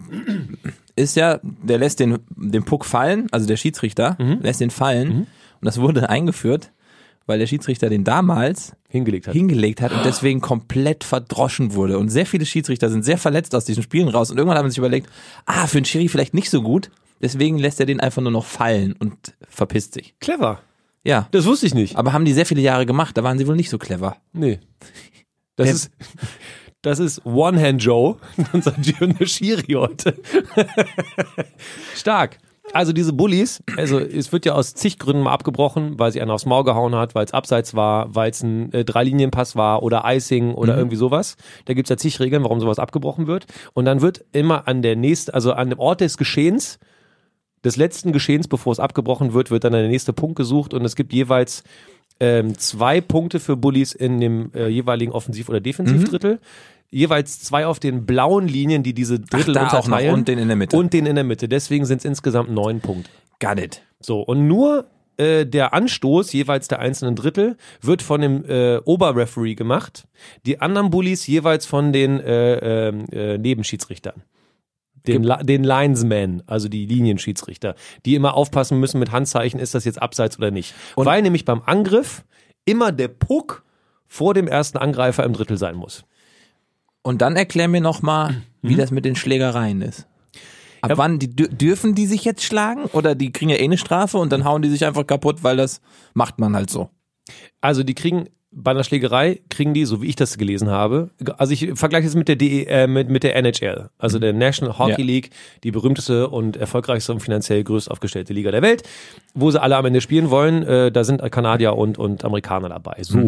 D: ist ja, der lässt den, den Puck fallen, also der Schiedsrichter
A: Mhm.
D: lässt den fallen und das wurde eingeführt, weil der Schiedsrichter den damals
A: Hingelegt hat.
D: hingelegt hat und deswegen komplett verdroschen wurde und sehr viele Schiedsrichter sind sehr verletzt aus diesen Spielen raus und irgendwann haben sie sich überlegt, ah, für den Schiri vielleicht nicht so gut, deswegen lässt er den einfach nur noch fallen und verpisst sich.
A: Clever.
D: Ja,
A: Das wusste ich nicht.
D: aber haben die sehr viele Jahre gemacht, da waren sie wohl nicht so clever.
A: Nee. Das
D: Der-
A: ist, das ist One-Hand-Joe, unser Jim Schiri heute. Stark. Also diese Bullies, also es wird ja aus zig Gründen mal abgebrochen, weil sie einen aufs Maul gehauen hat, weil es abseits war, weil es ein äh, Dreilinienpass war oder Icing oder irgendwie sowas. Da gibt's ja zig Regeln, warum sowas abgebrochen wird. Und dann wird immer an der nächsten, also an dem Ort des Geschehens des letzten Geschehens, bevor es abgebrochen wird, wird dann der nächste Punkt gesucht und es gibt jeweils ähm, zwei Punkte für Bullies in dem äh, jeweiligen Offensiv- oder Defensivdrittel.
D: Mhm.
A: Jeweils zwei auf den blauen Linien, die diese Drittel
D: da auch noch
A: unterteilen.
D: und den in der Mitte.
A: Und den in der Mitte. Deswegen sind es insgesamt neun Punkte.
D: Got it.
A: So, und nur äh, der Anstoß jeweils der einzelnen Drittel wird von dem äh, Oberreferee gemacht, die anderen Bullies jeweils von den äh, ähm, äh, Nebenschiedsrichtern. Den, Li- den Linesmen, also die Linienschiedsrichter, die immer aufpassen müssen mit Handzeichen, ist das jetzt abseits oder nicht. Weil nämlich beim Angriff immer der Puck vor dem ersten Angreifer im Drittel sein muss.
D: Und dann erklär mir nochmal, wie das mit den Schlägereien ist. Ab
A: Mhm. Ja.
D: wann, die, dür- dürfen die sich jetzt schlagen? Oder die kriegen ja eh eine Strafe und dann hauen die sich einfach kaputt, weil das macht man halt so.
A: Also die kriegen bei einer Schlägerei kriegen die, so wie ich das gelesen habe, ge- also ich vergleiche es mit der DE, äh, mit, mit der NHL, also der National Hockey
D: Ja.
A: League, die berühmteste und erfolgreichste und finanziell größt aufgestellte Liga der Welt, wo sie alle am Ende spielen wollen. Äh, da sind Kanadier und, und Amerikaner dabei. So.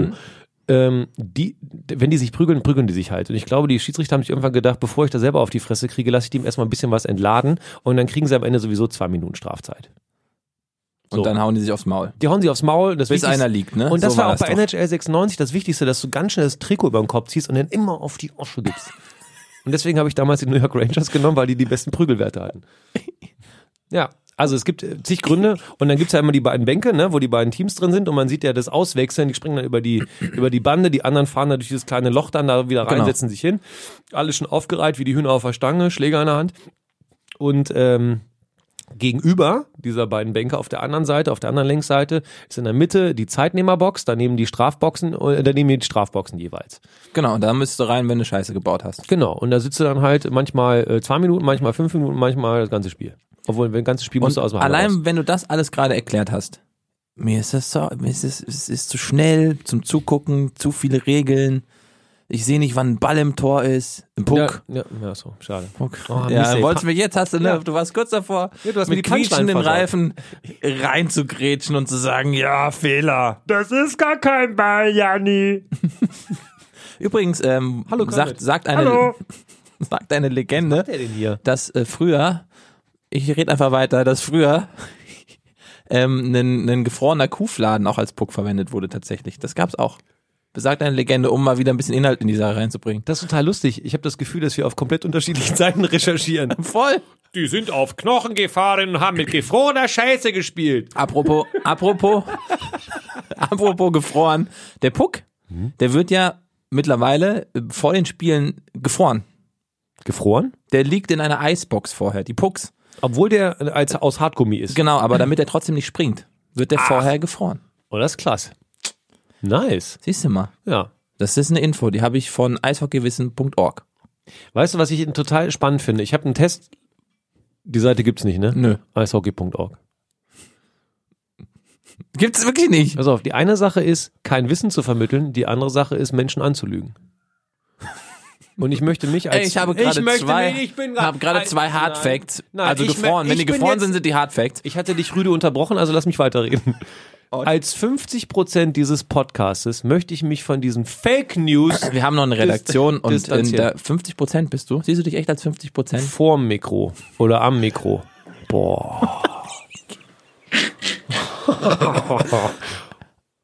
A: Ähm, die, d- wenn die sich prügeln, prügeln die sich halt. Und ich glaube, die Schiedsrichter haben sich irgendwann gedacht, bevor ich da selber auf die Fresse kriege, lasse ich dem erstmal ein bisschen was entladen und dann kriegen sie am Ende sowieso zwei Minuten Strafzeit.
D: Und
A: So.
D: dann hauen die sich aufs Maul.
A: Die hauen sie aufs Maul. Das
D: Bis
A: Wichtigste-
D: einer liegt, ne?
A: und das
D: So
A: war auch bei
D: doch.
A: NHL 96 das Wichtigste, dass du ganz schnell das Trikot über den Kopf ziehst und dann immer auf die Osche gibst. und deswegen habe ich damals die New York Rangers genommen, weil die die besten Prügelwerte hatten. Ja, also es gibt äh, zig Gründe und dann gibt's ja immer die beiden Bänke, ne, wo die beiden Teams drin sind und man sieht ja das Auswechseln, die springen dann über die, über die Bande, die anderen fahren da durch dieses kleine Loch dann da wieder rein,
D: Genau.
A: setzen sich hin. Alle schon aufgereiht wie die Hühner auf der Stange, Schläger in der Hand. Und ähm, gegenüber dieser beiden Bänke auf der anderen Seite, auf der anderen Längsseite, ist in der Mitte die Zeitnehmerbox, daneben die Strafboxen, äh, daneben die Strafboxen jeweils.
D: Genau, und da müsstest du rein, wenn du Scheiße gebaut hast.
A: Genau, und da sitzt du dann halt manchmal äh, zwei Minuten, manchmal fünf Minuten, manchmal das ganze Spiel. Obwohl, wenn das ganze Spiel musst
D: Und
A: du aus dem Hallen
D: allein,
A: raus.
D: wenn du das alles gerade erklärt hast, mir ist das so, mir ist es, es ist zu schnell zum Zugucken, zu viele Regeln. Ich sehe nicht, wann ein Ball im Tor ist. Ein Puck.
A: Ja, ja, ja so, schade.
D: Puck.
A: Oh, Mist,
D: ja,
A: ey.
D: wolltest du mir jetzt hast du, ne?
A: Ja.
D: Du warst kurz davor,
A: Ja, du hast mir
D: mit
A: die Punchline
D: quietschenden
A: versaut.
D: Reifen reinzugrätschen und zu sagen, ja, Fehler.
A: Das ist gar kein Ball, Janni.
D: Übrigens, ähm,
A: Hallo,
D: sagt,
A: Kermit.
D: sagt, eine,
A: Hallo.
D: sagt eine Legende,
A: Der denn hier?
D: dass äh, früher, ich rede einfach weiter, dass früher ähm, ein, ein gefrorener Kuhfladen auch als Puck verwendet wurde tatsächlich. Das gab's auch. Besagt eine Legende, um mal wieder ein bisschen Inhalt in die Sache reinzubringen.
A: Das ist total lustig. Ich habe das Gefühl, dass wir auf komplett unterschiedlichen Seiten recherchieren.
D: Voll.
A: Die sind auf Knochen gefahren und haben mit gefrorener Scheiße gespielt.
D: Apropos, apropos, apropos gefroren. Der Puck, der wird ja mittlerweile äh, vor den Spielen gefroren.
A: Gefroren?
D: Der liegt in einer Eisbox vorher, die Pucks.
A: Obwohl der als, aus Hartgummi ist.
D: Genau, aber damit er trotzdem nicht springt, wird der vorher gefroren.
A: oh, das ist klasse. Nice.
D: Siehst du mal.
A: Ja.
D: Das ist eine Info, die habe ich von eishockeywissen.org.
A: Weißt du, was ich total spannend finde? Ich habe einen Test. Die Seite gibt's nicht, ne?
D: Nö.
A: Eishockey.org.
D: Gibt's wirklich nicht.
A: Pass auf, die eine Sache ist, kein Wissen zu vermitteln, die andere Sache ist, Menschen anzulügen. Und ich möchte mich als
D: Ey, ich habe gerade
A: möchte
D: zwei,
A: mich- ich bin grad-
D: habe gerade zwei Hard
A: Nein,
D: Facts.
A: nein,
D: also
A: ich mö-
D: gefroren. Wenn
A: ich
D: die
A: bin
D: gefroren
A: jetzt-
D: sind, sind die Hard Facts.
A: Ich hatte dich rüde unterbrochen, also lass mich weiterreden.
D: Oh.
A: Als 50 Prozent dieses Podcastes möchte ich mich von diesen Fake News
D: Wir haben noch eine Redaktion und in
A: distanzieren.
D: der 50 Prozent bist du. Siehst du dich echt als 50 Prozent?
A: vorm Mikro oder am Mikro. Boah.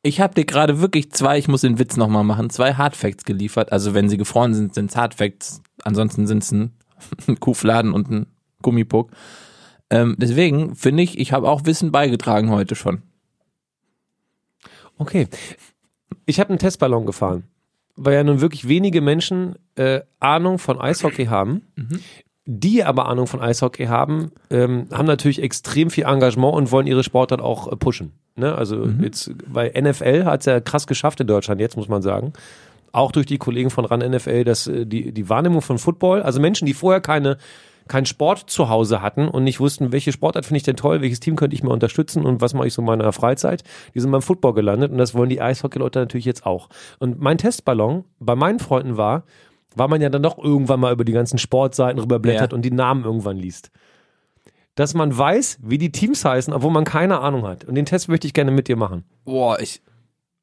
D: Ich habe dir gerade wirklich zwei, ich muss den Witz nochmal machen, zwei Hard Facts geliefert. Also wenn sie gefroren sind, sind's Hard Facts. Ansonsten sind's ein, ein Kuhfladen und ein Gummipuck. Ähm, deswegen finde ich, ich habe auch Wissen beigetragen heute schon.
A: Okay. Ich habe einen Testballon gefahren, weil ja nun wirklich wenige Menschen äh, Ahnung von Eishockey haben. Die aber Ahnung von Eishockey haben, ähm, haben natürlich extrem viel Engagement und wollen ihre Sportart auch äh, pushen. Ne? Also jetzt, weil NFL hat es ja krass geschafft in Deutschland, jetzt muss man sagen. Auch durch die Kollegen von RAN NFL, dass äh, die, die Wahrnehmung von Football, also Menschen, die vorher keine keinen Sport zu Hause hatten und nicht wussten, welche Sportart finde ich denn toll, welches Team könnte ich mir unterstützen und was mache ich so in meiner Freizeit. Die sind beim Football gelandet und das wollen die Eishockey-Leute natürlich jetzt auch. Und mein Testballon bei meinen Freunden war, war man ja dann doch irgendwann mal über die ganzen Sportseiten rüberblättert
D: Ja.
A: und die Namen irgendwann liest. Dass man weiß, wie die Teams heißen, obwohl man keine Ahnung hat. Und den Test möchte ich gerne mit dir machen.
D: Boah, ich,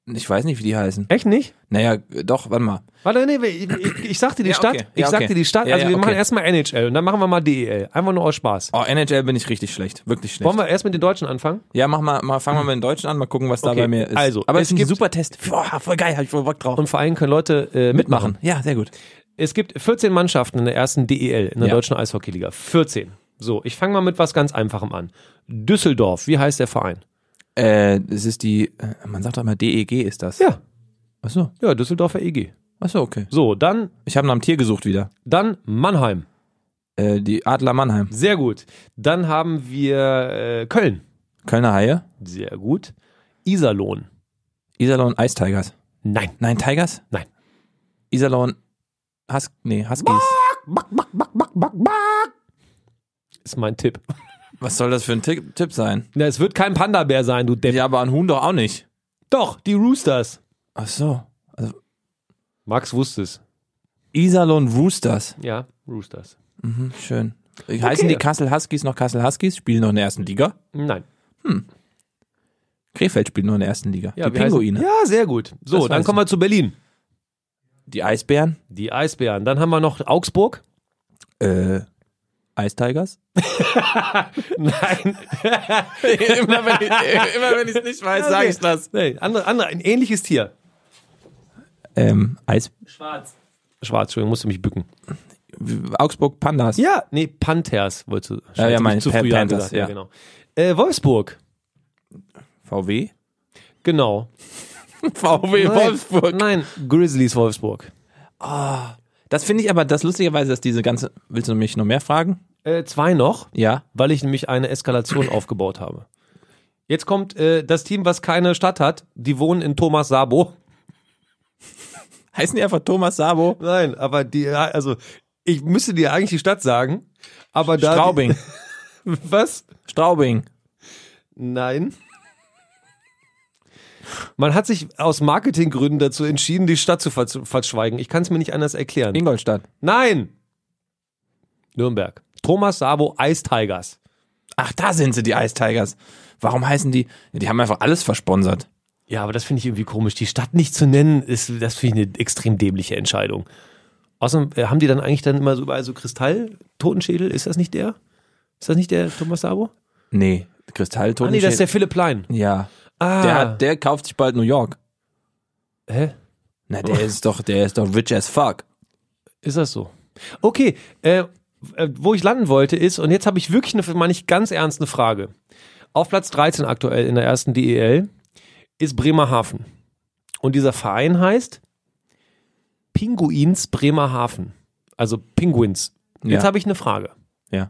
D: ich weiß nicht, wie die heißen.
A: Echt nicht?
D: Naja, doch, warte mal.
A: Warte, nee, ich, ich, ich sag dir die
D: Ja,
A: Stadt.
D: okay.
A: Ich
D: Ja,
A: sag
D: okay.
A: dir die Stadt.
D: Ja,
A: Also
D: ja,
A: wir machen
D: okay.
A: erstmal NHL und dann machen wir mal DEL. Einfach nur aus Spaß.
D: Oh, NHL bin ich richtig schlecht. Wirklich schlecht.
A: Wollen wir erst mit den Deutschen anfangen?
D: Ja, mach mal, mal fangen wir mit den Deutschen an, mal gucken, was
A: Okay,
D: da bei mir ist.
A: also,
D: Aber
A: es
D: es ist ein
A: gibt-
D: super Test. Boah, voll geil, hab ich voll Bock drauf.
A: Und vor allem können Leute äh, mitmachen.
D: Ja, sehr gut.
A: Es gibt 14 Mannschaften in der ersten DEL, in der
D: Ja.
A: deutschen Eishockeyliga. 14. So, ich fange mal mit was ganz Einfachem an. Düsseldorf, wie heißt der Verein?
D: Äh, es ist die, äh, man sagt doch immer DEG ist das.
A: Ja.
D: Achso,
A: Ja, Düsseldorfer EG.
D: achso, okay.
A: So, dann,
D: Ich habe nach einem Tier gesucht wieder.
A: dann Mannheim.
D: Äh, die Adler Mannheim.
A: Sehr gut. Dann haben wir äh, Köln.
D: Kölner Haie.
A: Sehr gut. Iserlohn.
D: Iserlohn Ice Tigers.
A: Nein.
D: Nein, Tigers?
A: Nein.
D: Iserlohn Hus nee, Huskies.
A: Ist mein Tipp.
D: Was soll das für ein Tipp, Tipp sein?
A: Na, es wird kein Panda-Bär sein, du Depp.
D: Ja, aber ein Huhn doch auch nicht.
A: Doch, die Roosters.
D: Ach so.
A: Max wusste es.
D: Iserlohn Roosters.
A: Ja, Roosters.
D: Hm, schön. Heißen die Kassel Huskies noch Kassel Huskies? Spielen noch in der ersten Liga?
A: Nein.
D: Krefeld spielt nur in der ersten Liga.
A: Ja,
D: die
A: wie heißen-
D: Pinguine.
A: Ja, sehr gut. So,
D: Das
A: dann
D: weiß
A: kommen wir zu Berlin.
D: Die Eisbären.
A: Die Eisbären. Dann haben wir noch Augsburg.
D: Äh, Eistigers.
A: Nein.
D: immer wenn ich es nicht weiß,
A: sag ich
D: das.
A: Nee, andere, andere, ein ähnliches Tier.
D: Ähm, Eis,
A: Schwarz. Schwarz, Entschuldigung, musst du mich bücken.
D: Augsburg Pandas.
A: Ja. Nee, Panthers wolltest du.
D: Ja, ja, mein,
A: zu
D: Pa-
A: früh
D: Panthers,
A: gesagt. ja
D: ja.
A: genau. Äh, Wolfsburg.
D: VW.
A: Genau.
D: VW
A: Nein, Grizzlies Wolfsburg.
D: Das finde ich aber das lustigerweise, dass diese ganze. Willst du mich noch mehr fragen?
A: Äh, zwei noch,
D: Ja.
A: weil ich nämlich eine Eskalation aufgebaut habe. Jetzt kommt äh, das Team, was keine Stadt hat. Die wohnen in Thomas Sabo.
D: Heißen die einfach Thomas Sabo?
A: Nein, aber die, also ich müsste dir eigentlich die Stadt sagen, aber da.
D: Straubing.
A: Was?
D: Straubing.
A: Nein. Man hat sich aus Marketinggründen dazu entschieden, die Stadt zu verz- verschweigen. Ich kann es mir nicht anders erklären.
D: Ingolstadt.
A: Nein! Nürnberg. Thomas Sabo Ice Tigers.
D: Ach, da sind sie, die Ice Tigers. Warum heißen die? Die haben einfach alles versponsert.
A: Ja, aber das finde ich irgendwie komisch. Die Stadt nicht zu nennen, ist, das finde ich eine extrem dämliche Entscheidung. Außerdem äh, haben die dann eigentlich dann immer so überall so Kristall-Totenschädel. Ist das nicht der? Ist das nicht der Thomas Sabo?
D: Nee, Kristallton.
A: Ah, nee, das ist der Philipp Lein.
D: ja.
A: Ah,
D: Der, hat, der kauft sich bald New York.
A: hä?
D: Na, der ist doch, der ist doch rich as fuck.
A: Ist das so? Okay, äh, äh, wo ich landen wollte ist, und jetzt habe ich wirklich eine, meine ich ganz ernst eine Frage. Auf Platz 13 aktuell in der ersten DEL ist Bremerhaven. Und dieser Verein heißt Pinguins Bremerhaven. Also Penguins. Jetzt
D: Ja.
A: habe ich eine Frage.
D: Ja.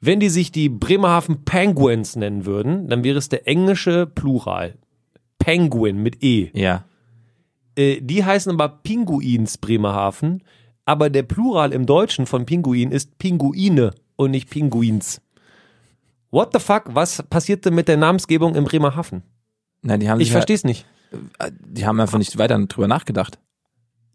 A: Wenn die sich die Bremerhaven Penguins nennen würden, dann wäre es der englische Plural. Penguin mit E.
D: Ja.
A: Äh, die heißen aber Pinguins Bremerhaven, aber der Plural im Deutschen von Pinguin ist Pinguine und nicht Pinguins. What the fuck? Was passierte mit der Namensgebung in Bremerhaven?
D: Na, die haben
A: Ich
D: sich
A: verstehe es nicht.
D: Ja, die haben einfach nicht weiter drüber nachgedacht.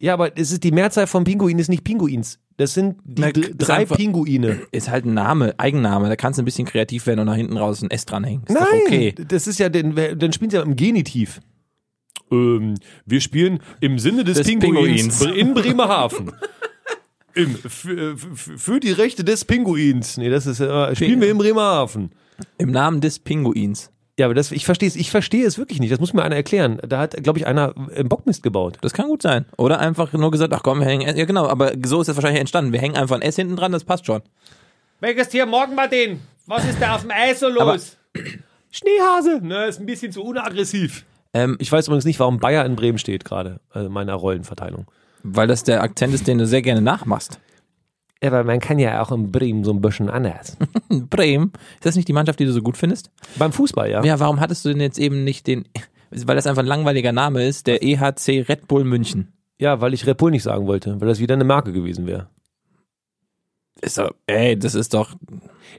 A: Ja, aber es ist die Mehrzahl von Pinguinen ist nicht Pinguins. Das sind die
D: Na,
A: dr-
D: ist
A: drei
D: einfach-
A: Pinguine.
D: Ist halt ein Name, Eigenname, da kannst du ein bisschen kreativ werden und nach hinten raus ein S dranhängen. Ist doch okay.
A: das ist ja, den, dann spielen sie ja im Genitiv. Ähm, wir spielen im Sinne des,
D: Des
A: Pinguins,
D: Pinguins.
A: in Bremerhaven. Im, für, für für die Rechte des Pinguins. Nee, das ist äh, spielen wir in Bremerhaven.
D: Im Namen des Pinguins.
A: Ja, aber das, ich verstehe es, ich verstehe es wirklich nicht. Das muss mir einer erklären. Da hat, glaube ich, einer äh, Bockmist gebaut.
D: Das kann gut sein. Oder einfach nur gesagt, ach komm, wir hängen. Ja, genau, aber so ist das wahrscheinlich entstanden. Wir hängen einfach ein S hinten dran, das passt schon.
A: Welches Tier morgen, Martin? Was ist da auf dem Eis so los?
D: Aber-
A: Schneehase. Ne, ist ein bisschen zu unaggressiv.
D: Ähm,
A: Ich weiß übrigens nicht, warum Bayer in Bremen steht gerade, also meiner Rollenverteilung.
D: weil das der Akzent ist, den du sehr gerne nachmachst.
A: Ja, aber man kann ja auch in Bremen so ein bisschen anders.
D: Bremen, ist das nicht die Mannschaft, die du so gut findest?
A: Beim Fußball, ja.
D: Ja, warum hattest du denn jetzt eben nicht den. Weil das einfach ein langweiliger Name ist, der EHC Red Bull München.
A: Ja, weil ich Red Bull nicht sagen wollte, weil das wieder eine Marke gewesen wäre.
D: Ist doch, ey, das ist doch.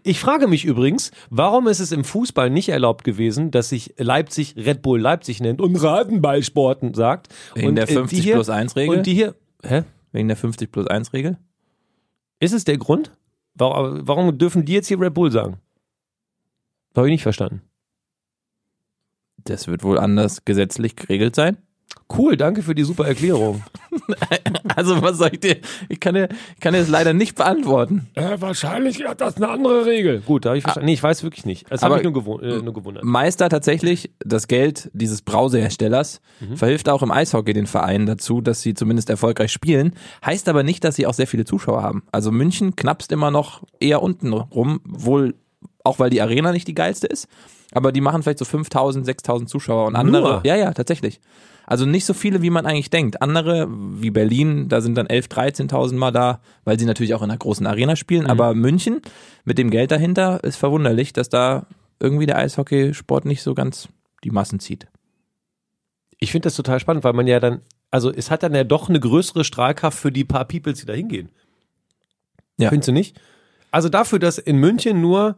A: Ich frage mich übrigens, warum ist es im Fußball nicht erlaubt gewesen, dass sich Leipzig Red Bull Leipzig nennt und Ratenballsporten sagt?
D: Wegen
A: und,
D: der
A: äh, die
D: 50
A: hier-
D: plus 1 Regel?
A: Und die hier, hä?
D: Wegen der 50 plus 1 Regel?
A: Ist es der Grund? Warum, warum dürfen die jetzt hier Red Bull sagen? Habe ich nicht verstanden.
D: Das wird wohl anders gesetzlich geregelt sein.
A: Cool, danke für die super Erklärung.
D: Also, was soll ich dir? Ich kann dir, ich kann dir das leider nicht beantworten.
A: Äh, wahrscheinlich hat das eine andere Regel. Gut, da habe ich verstanden. Nee, ich weiß wirklich nicht. Das habe
D: Aber-
A: ich nur, gewohn, äh, nur gewundert.
D: Meister tatsächlich, das Geld dieses Brauseherstellers verhilft auch im Eishockey den Vereinen dazu, dass sie zumindest erfolgreich spielen. Heißt aber nicht, dass sie auch sehr viele Zuschauer haben. Also München knappst immer noch eher unten rum, wohl auch weil die Arena nicht die geilste ist. Aber die machen vielleicht so 5000, 6000 Zuschauer und andere.
A: Nur?
D: Ja, ja, tatsächlich. Also nicht so viele, wie man eigentlich denkt. Andere, wie Berlin, da sind dann 11, 13.000 mal da, weil sie natürlich auch in einer großen Arena spielen. Aber München mit dem Geld dahinter ist verwunderlich, dass da irgendwie der Eishockeysport nicht so ganz die Massen zieht.
A: Ich finde das total spannend, weil man ja dann, also es hat dann ja doch eine größere Strahlkraft für die paar Peoples, die da hingehen.
D: Ja.
A: Findest du nicht? Also dafür, dass in München nur,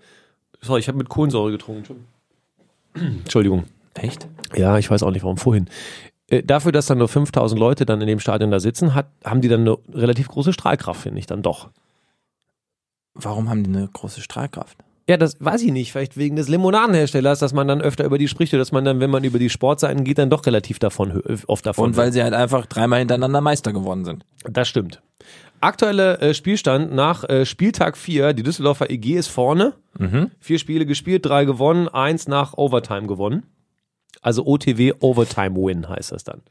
A: sorry, ich habe mit Kohlensäure getrunken. Entschuldigung.
D: Echt?
A: Ja, ich weiß auch nicht warum vorhin. Äh, Dafür, dass dann nur 5000 Leute dann in dem Stadion da sitzen, hat, haben die dann eine relativ große Strahlkraft, finde ich dann doch.
D: Warum haben die eine große Strahlkraft?
A: Ja, das weiß ich nicht. Vielleicht wegen des Limonadenherstellers, dass man dann öfter über die spricht oder dass man dann, wenn man über die Sportseiten geht, dann doch relativ davon, hö- oft davon.
D: Und weil sie halt einfach dreimal hintereinander Meister geworden sind.
A: Das stimmt. Aktueller äh, Spielstand nach äh, Spieltag 4, die Düsseldorfer EG ist vorne. Vier Spiele gespielt, drei gewonnen, eins nach Overtime gewonnen. Also OTW Overtime Win heißt das dann.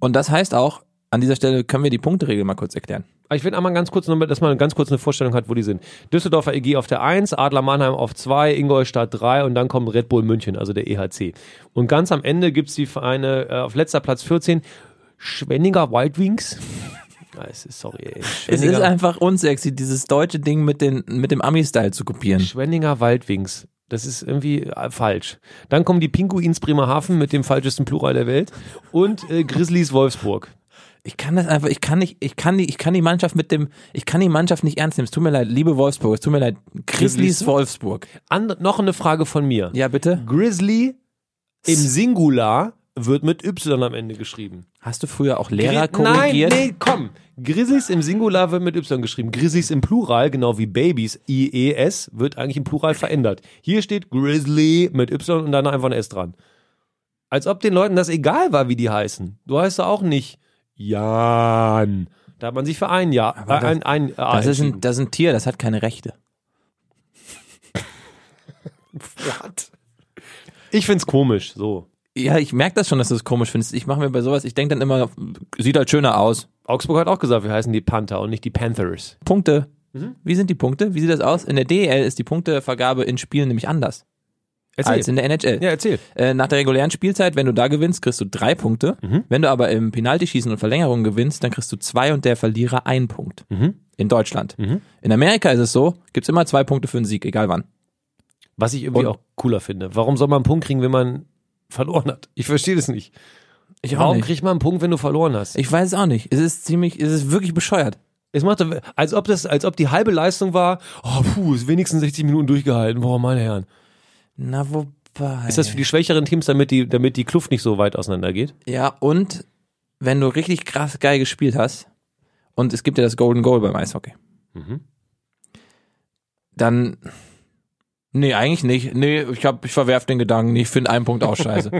D: Und das heißt auch, an dieser Stelle können wir die Punkteregel mal kurz erklären.
A: Aber Ich will einmal ganz kurz, nochmal, dass man ganz kurz eine Vorstellung hat, wo die sind. Düsseldorfer EG auf der 1, Adler Mannheim auf 2, Ingolstadt 3 und dann kommt Red Bull München, also der EHC. Und ganz am Ende gibt es die Vereine äh, auf letzter Platz 14, Schwenninger Wild Wings. Ah, es ist- Sorry, ey.
D: Es ist
A: Schwenninger-
D: einfach unsexy, dieses deutsche Ding mit, den, mit dem Ami-Style zu kopieren.
A: Schwenninger Waldwings. Das ist irgendwie äh, falsch. Dann kommen die Pinguins Bremerhaven mit dem falschesten Plural der Welt und äh, Grizzlies Wolfsburg.
D: Ich kann das einfach, ich kann nicht, ich kann die, ich kann die Mannschaft mit dem, ich kann die Mannschaft nicht ernst nehmen. Es tut mir leid, liebe Wolfsburg, es tut mir leid, Grizzlies Wolfsburg.
A: And noch eine Frage von mir.
D: Ja, bitte?
A: Grizzly im Singular wird mit Y am Ende geschrieben.
D: Hast du früher auch Lehrer
A: Gri- Nein,
D: korrigiert?
A: nee, komm. Grizzlies im Singular wird mit Y geschrieben. Grizzlies im Plural, genau wie Babys, IES, wird eigentlich im Plural verändert. Hier steht Grizzly mit Y und dann einfach ein S dran. Als ob den Leuten das egal war, wie die heißen. Du heißt ja auch nicht Jan. Da hat man sich für ein Jahr, äh,
D: das-
A: ein, ein, A
D: Das ist,
A: entschieden.
D: ein, das ist ein Tier, das hat keine Rechte.
A: Ich find's komisch, so.
D: Ja, ich merke das schon, dass du es komisch findest. Ich mache mir bei sowas, ich denke dann immer, sieht halt schöner aus.
A: Augsburg hat auch gesagt, wir heißen die Panther und nicht die Panthers.
D: Punkte. Wie sind die Punkte? Wie sieht das aus? In der DEL ist die Punktevergabe in Spielen nämlich anders als in der NHL.
A: Ja, erzähl.
D: Äh, nach der regulären Spielzeit, wenn du da gewinnst, kriegst du drei Punkte. Wenn du aber im Penaltyschießen und Verlängerung gewinnst, dann kriegst du zwei und der Verlierer einen Punkt. In Deutschland. In Amerika ist es so, gibt's immer zwei Punkte für einen Sieg, egal wann.
A: Was ich irgendwie
D: Und-
A: auch cooler finde. Warum soll man einen Punkt kriegen, wenn man verloren hat? Ich verstehe das nicht.
D: Ich
A: Warum kriegt man einen Punkt, wenn du verloren hast?
D: Ich weiß es auch nicht. Es ist ziemlich, es ist wirklich bescheuert.
A: Es macht, doch- als ob das, als ob die halbe Leistung war, oh, puh, ist wenigstens 60 Minuten durchgehalten, boah, meine Herren.
D: Na, wobei.
A: Ist das für die schwächeren Teams, damit die, damit die Kluft nicht so weit auseinander geht?
D: Ja, und wenn du richtig krass geil gespielt hast, und es gibt ja das Golden Goal beim Eishockey,
A: Mhm.
D: dann. Nee, eigentlich nicht. Nee, ich, hab, ich verwerf den Gedanken. Ich finde einen Punkt auch scheiße.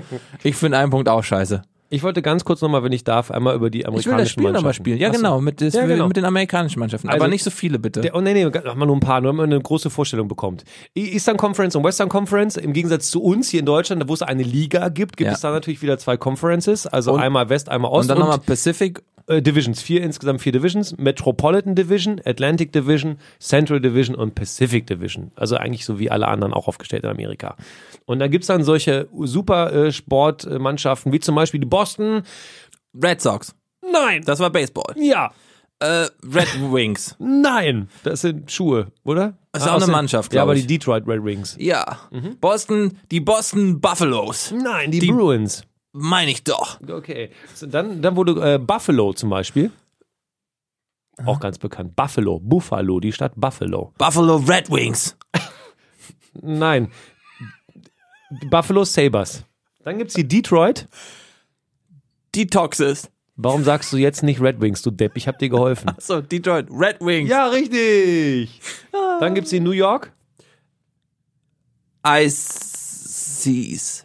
D: ich finde einen Punkt auch scheiße.
A: Ich wollte ganz kurz nochmal, wenn ich darf, einmal über die
D: Ich will das
A: amerikanischen
D: Spiel nochmal
A: Mannschaften.
D: spielen. Ja,
A: Ach so.
D: genau mit, das,
A: Ja, genau.
D: mit den amerikanischen Mannschaften.
A: Also-
D: Aber nicht so viele, bitte.
A: Der, oh nee, nee, mach mal nur ein paar, nur damit man eine große Vorstellung bekommt. E- Eastern Conference und Western Conference, im Gegensatz zu uns hier in Deutschland, wo es eine Liga gibt, gibt
D: Ja.
A: es da natürlich wieder zwei Conferences, also einmal West, einmal Ost
D: und dann nochmal Pacific.
A: äh, Divisions, vier insgesamt vier Divisions, Metropolitan Division, Atlantic Division, Central Division und Pacific Division. Also eigentlich so wie alle anderen auch aufgestellt in Amerika. Und da gibt's dann solche super äh, Sportmannschaften wie zum Beispiel die Boston.
D: Red Sox.
A: Nein!
D: Das war Baseball.
A: ja,
D: Äh, Red Wings.
A: nein! Das sind Schuhe, oder?
D: Das ist auch
A: aus
D: eine
A: den-
D: Mannschaft,
A: Ja,
D: glaub
A: aber
D: ich.
A: die Detroit Red Wings.
D: Ja.
A: Mhm.
D: Boston, die Boston Buffaloes.
A: Nein, die, Bruins.
D: Meine ich doch.
A: Okay. So, dann, dann wurde äh, Buffalo zum Beispiel. Auch ganz bekannt. Buffalo, Buffalo, die Stadt Buffalo.
D: Buffalo Red Wings.
A: Nein. Die Buffalo Sabres. Dann gibt's die Detroit.
D: Die Toxis.
A: Warum sagst du jetzt nicht Red Wings, du Depp? Ich hab dir geholfen.
D: So, Detroit Red Wings.
A: Ja, richtig. Dann gibt's die New York.
D: Ices.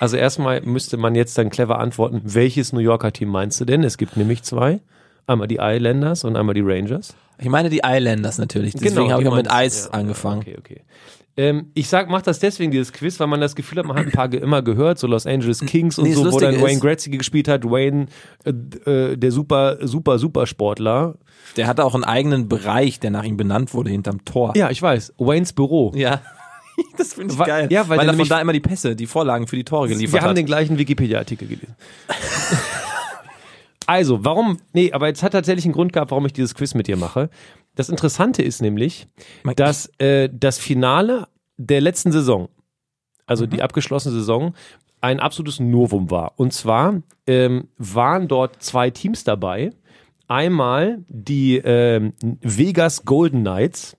A: Also erstmal müsste man jetzt dann clever antworten, welches New Yorker Team meinst du denn? Es gibt nämlich zwei. Einmal die Islanders und einmal die Rangers.
D: Ich meine die Islanders natürlich. Deswegen habe ich
A: die
D: auch mit
A: meinst-
D: Eis
A: Genau, ja,
D: angefangen.
A: Okay, okay. Ähm, ich sag, mach das deswegen, dieses Quiz, weil man das Gefühl hat, man hat ein paar ge- immer gehört, so Los Angeles Kings und
D: Nee, das
A: so, wo
D: Lustige
A: dann Wayne
D: ist-
A: Gretzky gespielt hat, Wayne, äh, äh, der super, super, super Sportler.
D: Der hatte auch einen eigenen Bereich, der nach ihm benannt wurde, hinterm Tor.
A: Ja, ich weiß, Waynes Büro.
D: Ja. Das finde ich
A: Wa-
D: geil.
A: ja, weil der
D: weil er von
A: nämlich-
D: da immer die Pässe, die Vorlagen für die Tore
A: Wir
D: geliefert
A: haben
D: hat.
A: den gleichen Wikipedia-Artikel gelesen. also, warum, nee, aber jetzt hat tatsächlich einen Grund gehabt, warum ich dieses Quiz mit dir mache. Das Interessante ist nämlich,
D: Mein-
A: dass äh, das Finale der letzten Saison, also die abgeschlossene Saison, ein absolutes Novum war. Und zwar ähm, waren dort zwei Teams dabei. Einmal die ähm, Vegas Golden Knights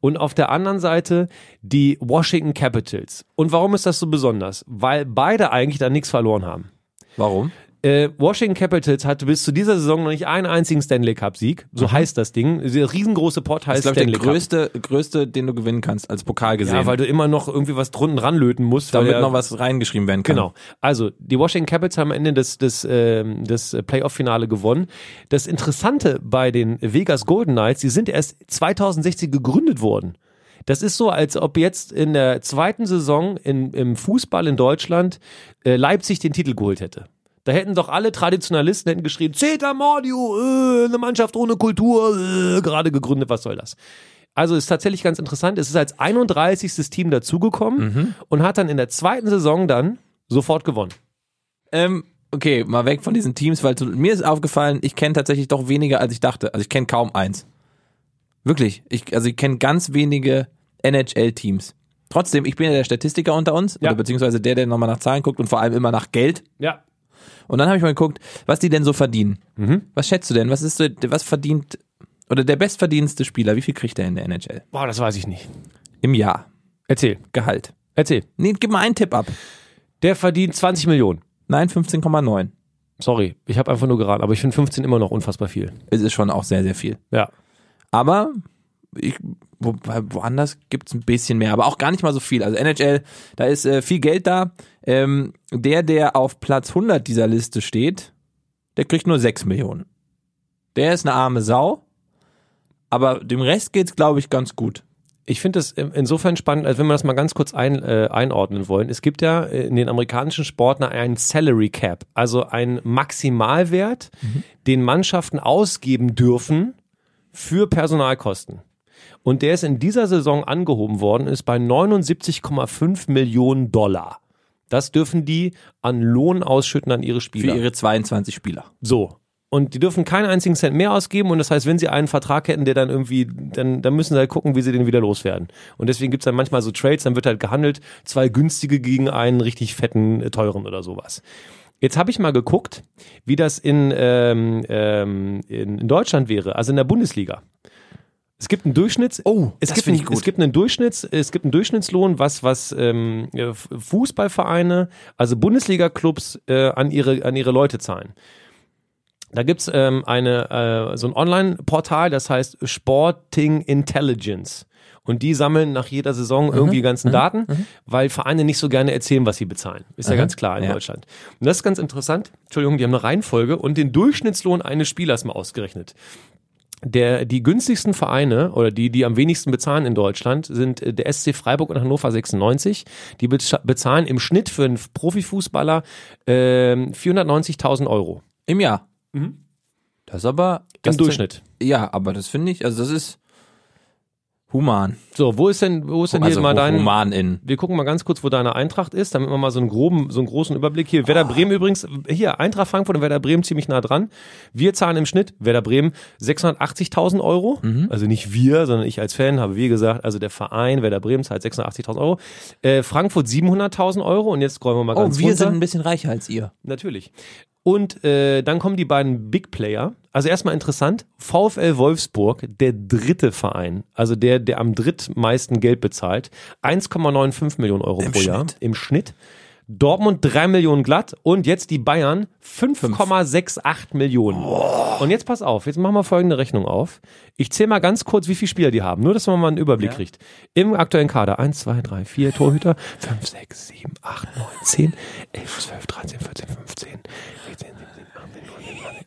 A: und auf der anderen Seite die Washington Capitals. Und warum ist das so besonders? Weil beide eigentlich da nichts verloren haben.
D: Warum?
A: Äh, Washington Capitals hatte bis zu dieser Saison noch nicht einen einzigen Stanley Cup Sieg. So heißt das Ding. Der riesengroße Pot heißt
D: Mhm. Das ist, glaube ich,
A: Stanley
D: der
A: Cup.
D: größte, größte, den du gewinnen kannst, als Pokal gesehen.
A: Ja, weil du immer noch irgendwie was drunten ranlöten musst. weil
D: damit
A: der-
D: noch was reingeschrieben werden kann.
A: Genau. Also, die Washington Capitals haben am Ende das, das, ähm, das Playoff-Finale gewonnen. Das Interessante bei den Vegas Golden Knights, die sind erst 2016 gegründet worden. Das ist so, als ob jetzt in der zweiten Saison in, im Fußball in Deutschland äh, Leipzig den Titel geholt hätte. Da hätten doch alle Traditionalisten hätten geschrien, Zeta Mordio, äh, eine Mannschaft ohne Kultur, äh, gerade gegründet, was soll das? Also ist tatsächlich ganz interessant. Es ist als 31. Team dazugekommen und hat dann in der zweiten Saison dann sofort gewonnen.
D: Ähm, okay, mal weg von diesen Teams, weil zu, mir ist aufgefallen, ich kenne tatsächlich doch weniger, als ich dachte. Also ich kenne kaum eins. Wirklich. Ich, also ich kenne ganz wenige NHL-Teams. Trotzdem, ich bin ja der Statistiker unter uns,
A: Ja.
D: oder beziehungsweise der, der nochmal nach Zahlen guckt und vor allem immer nach Geld.
A: Ja.
D: Und dann habe ich mal geguckt, was die denn so verdienen. Was schätzt du denn? Was ist so, was verdient, oder der bestverdienste Spieler, wie viel kriegt er in der NHL?
A: Boah, das weiß ich nicht.
D: Im Jahr.
A: Erzähl,
D: Gehalt.
A: erzähl.
D: Nee, gib mal einen Tipp ab.
A: Der verdient 20 Millionen.
D: Nein, 15,9.
A: Sorry, ich habe einfach nur geraten, aber ich finde 15 immer noch unfassbar viel.
D: Es ist schon auch sehr, sehr viel.
A: Ja.
D: Aber ich, wo, woanders gibt's ein bisschen mehr, aber auch gar nicht mal so viel. Also NHL, da ist äh, viel Geld da. Ähm, der, der auf Platz 100 dieser Liste steht, der kriegt nur 6 Millionen. Der ist eine arme Sau, aber dem Rest geht's, glaube ich, ganz gut.
A: Ich finde das in- insofern spannend, als wenn wir das mal ganz kurz ein, äh, einordnen wollen. Es gibt ja äh, in den amerikanischen Sporten einen Salary Cap, also einen Maximalwert,
D: Mhm.
A: den Mannschaften ausgeben dürfen für Personalkosten. Und der ist in dieser Saison angehoben worden, ist bei 79,5 Millionen Dollar. Das dürfen die an Lohn ausschütten an ihre
D: Für
A: Spieler.
D: ihre 22 Spieler.
A: So. Und die dürfen keinen einzigen Cent mehr ausgeben. Und das heißt, wenn sie einen Vertrag hätten, der dann irgendwie, dann, dann müssen sie halt gucken, wie sie den wieder loswerden. Und deswegen gibt's dann manchmal so Trades, dann wird halt gehandelt, zwei günstige gegen einen richtig fetten, äh, teuren oder sowas. Jetzt habe ich mal geguckt, wie das in, ähm, ähm, in, in Deutschland wäre, also in der Bundesliga. Es gibt einen Durchschnitts,
D: Oh,
A: es
D: das
A: gibt
D: find ich
A: einen-
D: gut.
A: Es gibt einen Durchschnitts, es gibt einen Durchschnittslohn, was was ähm, ja, F- Fußballvereine, also Bundesliga-Clubs äh, an ihre an ihre Leute zahlen. Da gibt's ähm, eine, äh, so ein Online-Portal, das heißt Sporting Intelligence. Und die sammeln nach jeder Saison irgendwie die ganzen Daten, weil Vereine nicht so gerne erzählen, was sie bezahlen. Ist ja ganz klar in
D: Ja.
A: Deutschland. Und das ist ganz interessant. Entschuldigung, die haben eine Reihenfolge und den Durchschnittslohn eines Spielers mal ausgerechnet. Der, die günstigsten Vereine oder die, die am wenigsten bezahlen in Deutschland, sind äh, der SC Freiburg und Hannover 96. Die beza- bezahlen im Schnitt für einen Profifußballer ähm, 490.000 Euro.
D: Im Jahr. Mhm. Das ist aber. das
A: Im
D: ist-
A: Durchschnitt.
D: Ja, aber das finde ich, also das ist human.
A: So, wo ist denn, wo ist denn
D: also
A: hier mal dein.
D: human in.
A: Wir gucken mal ganz kurz, wo deine Eintracht ist, damit wir mal so einen groben, so einen großen Überblick hier. Werder Bremen übrigens, hier Eintracht Frankfurt und Werder Bremen ziemlich nah dran. Wir zahlen im Schnitt Werder Bremen 680.000 Euro.
D: Mhm.
A: Also nicht wir, sondern ich als Fan habe wir gesagt, also der Verein Werder Bremen zahlt 680.000 Euro. Äh, Frankfurt 700.000 Euro und jetzt scrollen wir mal
D: Oh,
A: ganz
D: wir
A: runter.
D: sind ein bisschen reicher als ihr.
A: Natürlich. Und äh, dann kommen die beiden Big Player. Also erstmal interessant, VfL Wolfsburg, der dritte Verein, also der, der am drittmeisten Geld bezahlt, 1,95 Millionen Euro pro Jahr
D: Schnitt.
A: im Schnitt. Dortmund 3 Millionen glatt und jetzt die Bayern 5,68 Millionen. Und jetzt pass auf, jetzt machen wir folgende Rechnung auf. Ich zähle mal ganz kurz, wie viele Spieler die haben, nur dass man mal einen Überblick kriegt. Im aktuellen Kader 1, 2, 3, 4 Torhüter, 5, 6, 7, 8, 9, 10, 11, 12, 13, 14, 15, 16, 17, 18,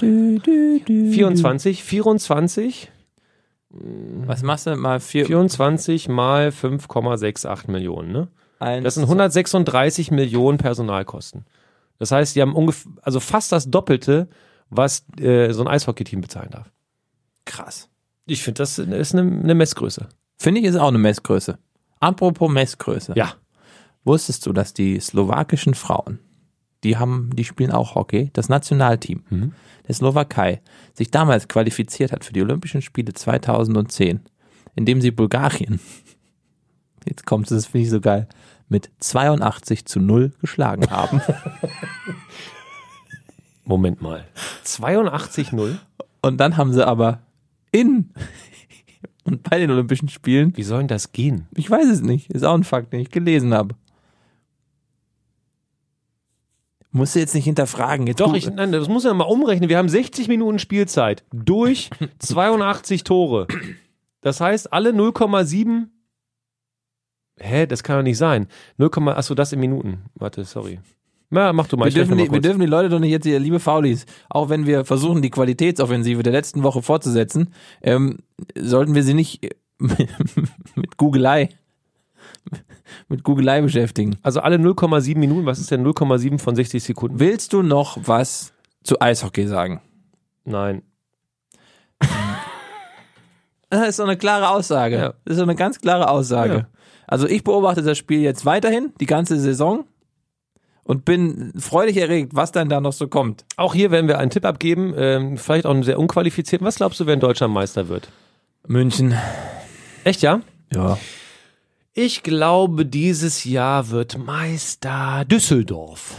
A: 19, 20, 24, 24,
D: Was machst du mal vier?
A: 24 mal 5,68 Millionen, ne?
D: eins,
A: Das sind 136 Millionen Personalkosten. Das heißt, die haben ungefähr, also fast das Doppelte, was äh, so ein Eishockey-Team bezahlen darf.
D: krass.
A: Ich finde, das ist eine, eine Messgröße.
D: Finde ich ist auch eine Messgröße. Apropos Messgröße.
A: Ja.
D: Wusstest du, dass die slowakischen Frauen, die haben, die spielen auch Hockey, das Nationalteam
A: Mhm.
D: der Slowakei sich damals qualifiziert hat für die Olympischen Spiele 2010, indem sie Bulgarien, jetzt kommt das finde ich so geil, mit 82 zu 0 geschlagen haben.
A: Moment mal. 82-0?
D: Und dann haben sie aber in und bei den Olympischen Spielen,
A: Wie soll denn das gehen?
D: ich weiß es nicht, ist auch ein Fakt, den ich gelesen habe. Musst du jetzt nicht hinterfragen. Jetzt
A: Doch,
D: gu-
A: ich, nein, das muss man mal umrechnen. Wir haben 60 Minuten Spielzeit durch 82 Tore. Das heißt, alle 0,7. Hä, das kann doch nicht sein. 0, achso, das in Minuten. Warte, sorry. Na, mach du mal.
D: wir
A: ich rechne mal
D: dürfen, die, wir
A: kurz.
D: dürfen die Leute doch nicht jetzt, ihr liebe Faulis, auch wenn wir versuchen, die Qualitätsoffensive der letzten Woche fortzusetzen, ähm, sollten wir sie nicht äh, mit Googelei, mit Googelei beschäftigen.
A: Also alle 0,7 Minuten, was ist denn 0,7 von 60 Sekunden?
D: Willst du noch was zu Eishockey sagen?
A: Nein.
D: Das ist so eine klare Aussage.
A: Ja.
D: Das ist so eine ganz klare Aussage.
A: Ja.
D: Also ich beobachte das Spiel jetzt weiterhin, die ganze Saison, und bin freudig erregt, was dann da noch so kommt.
A: Auch hier werden wir einen Tipp abgeben, ähm, vielleicht auch einen sehr unqualifizierten. Was glaubst du, wer in Deutschland Meister wird?
D: München.
A: Echt, ja?
D: Ja.
A: Ich glaube, dieses Jahr wird Meister Düsseldorf.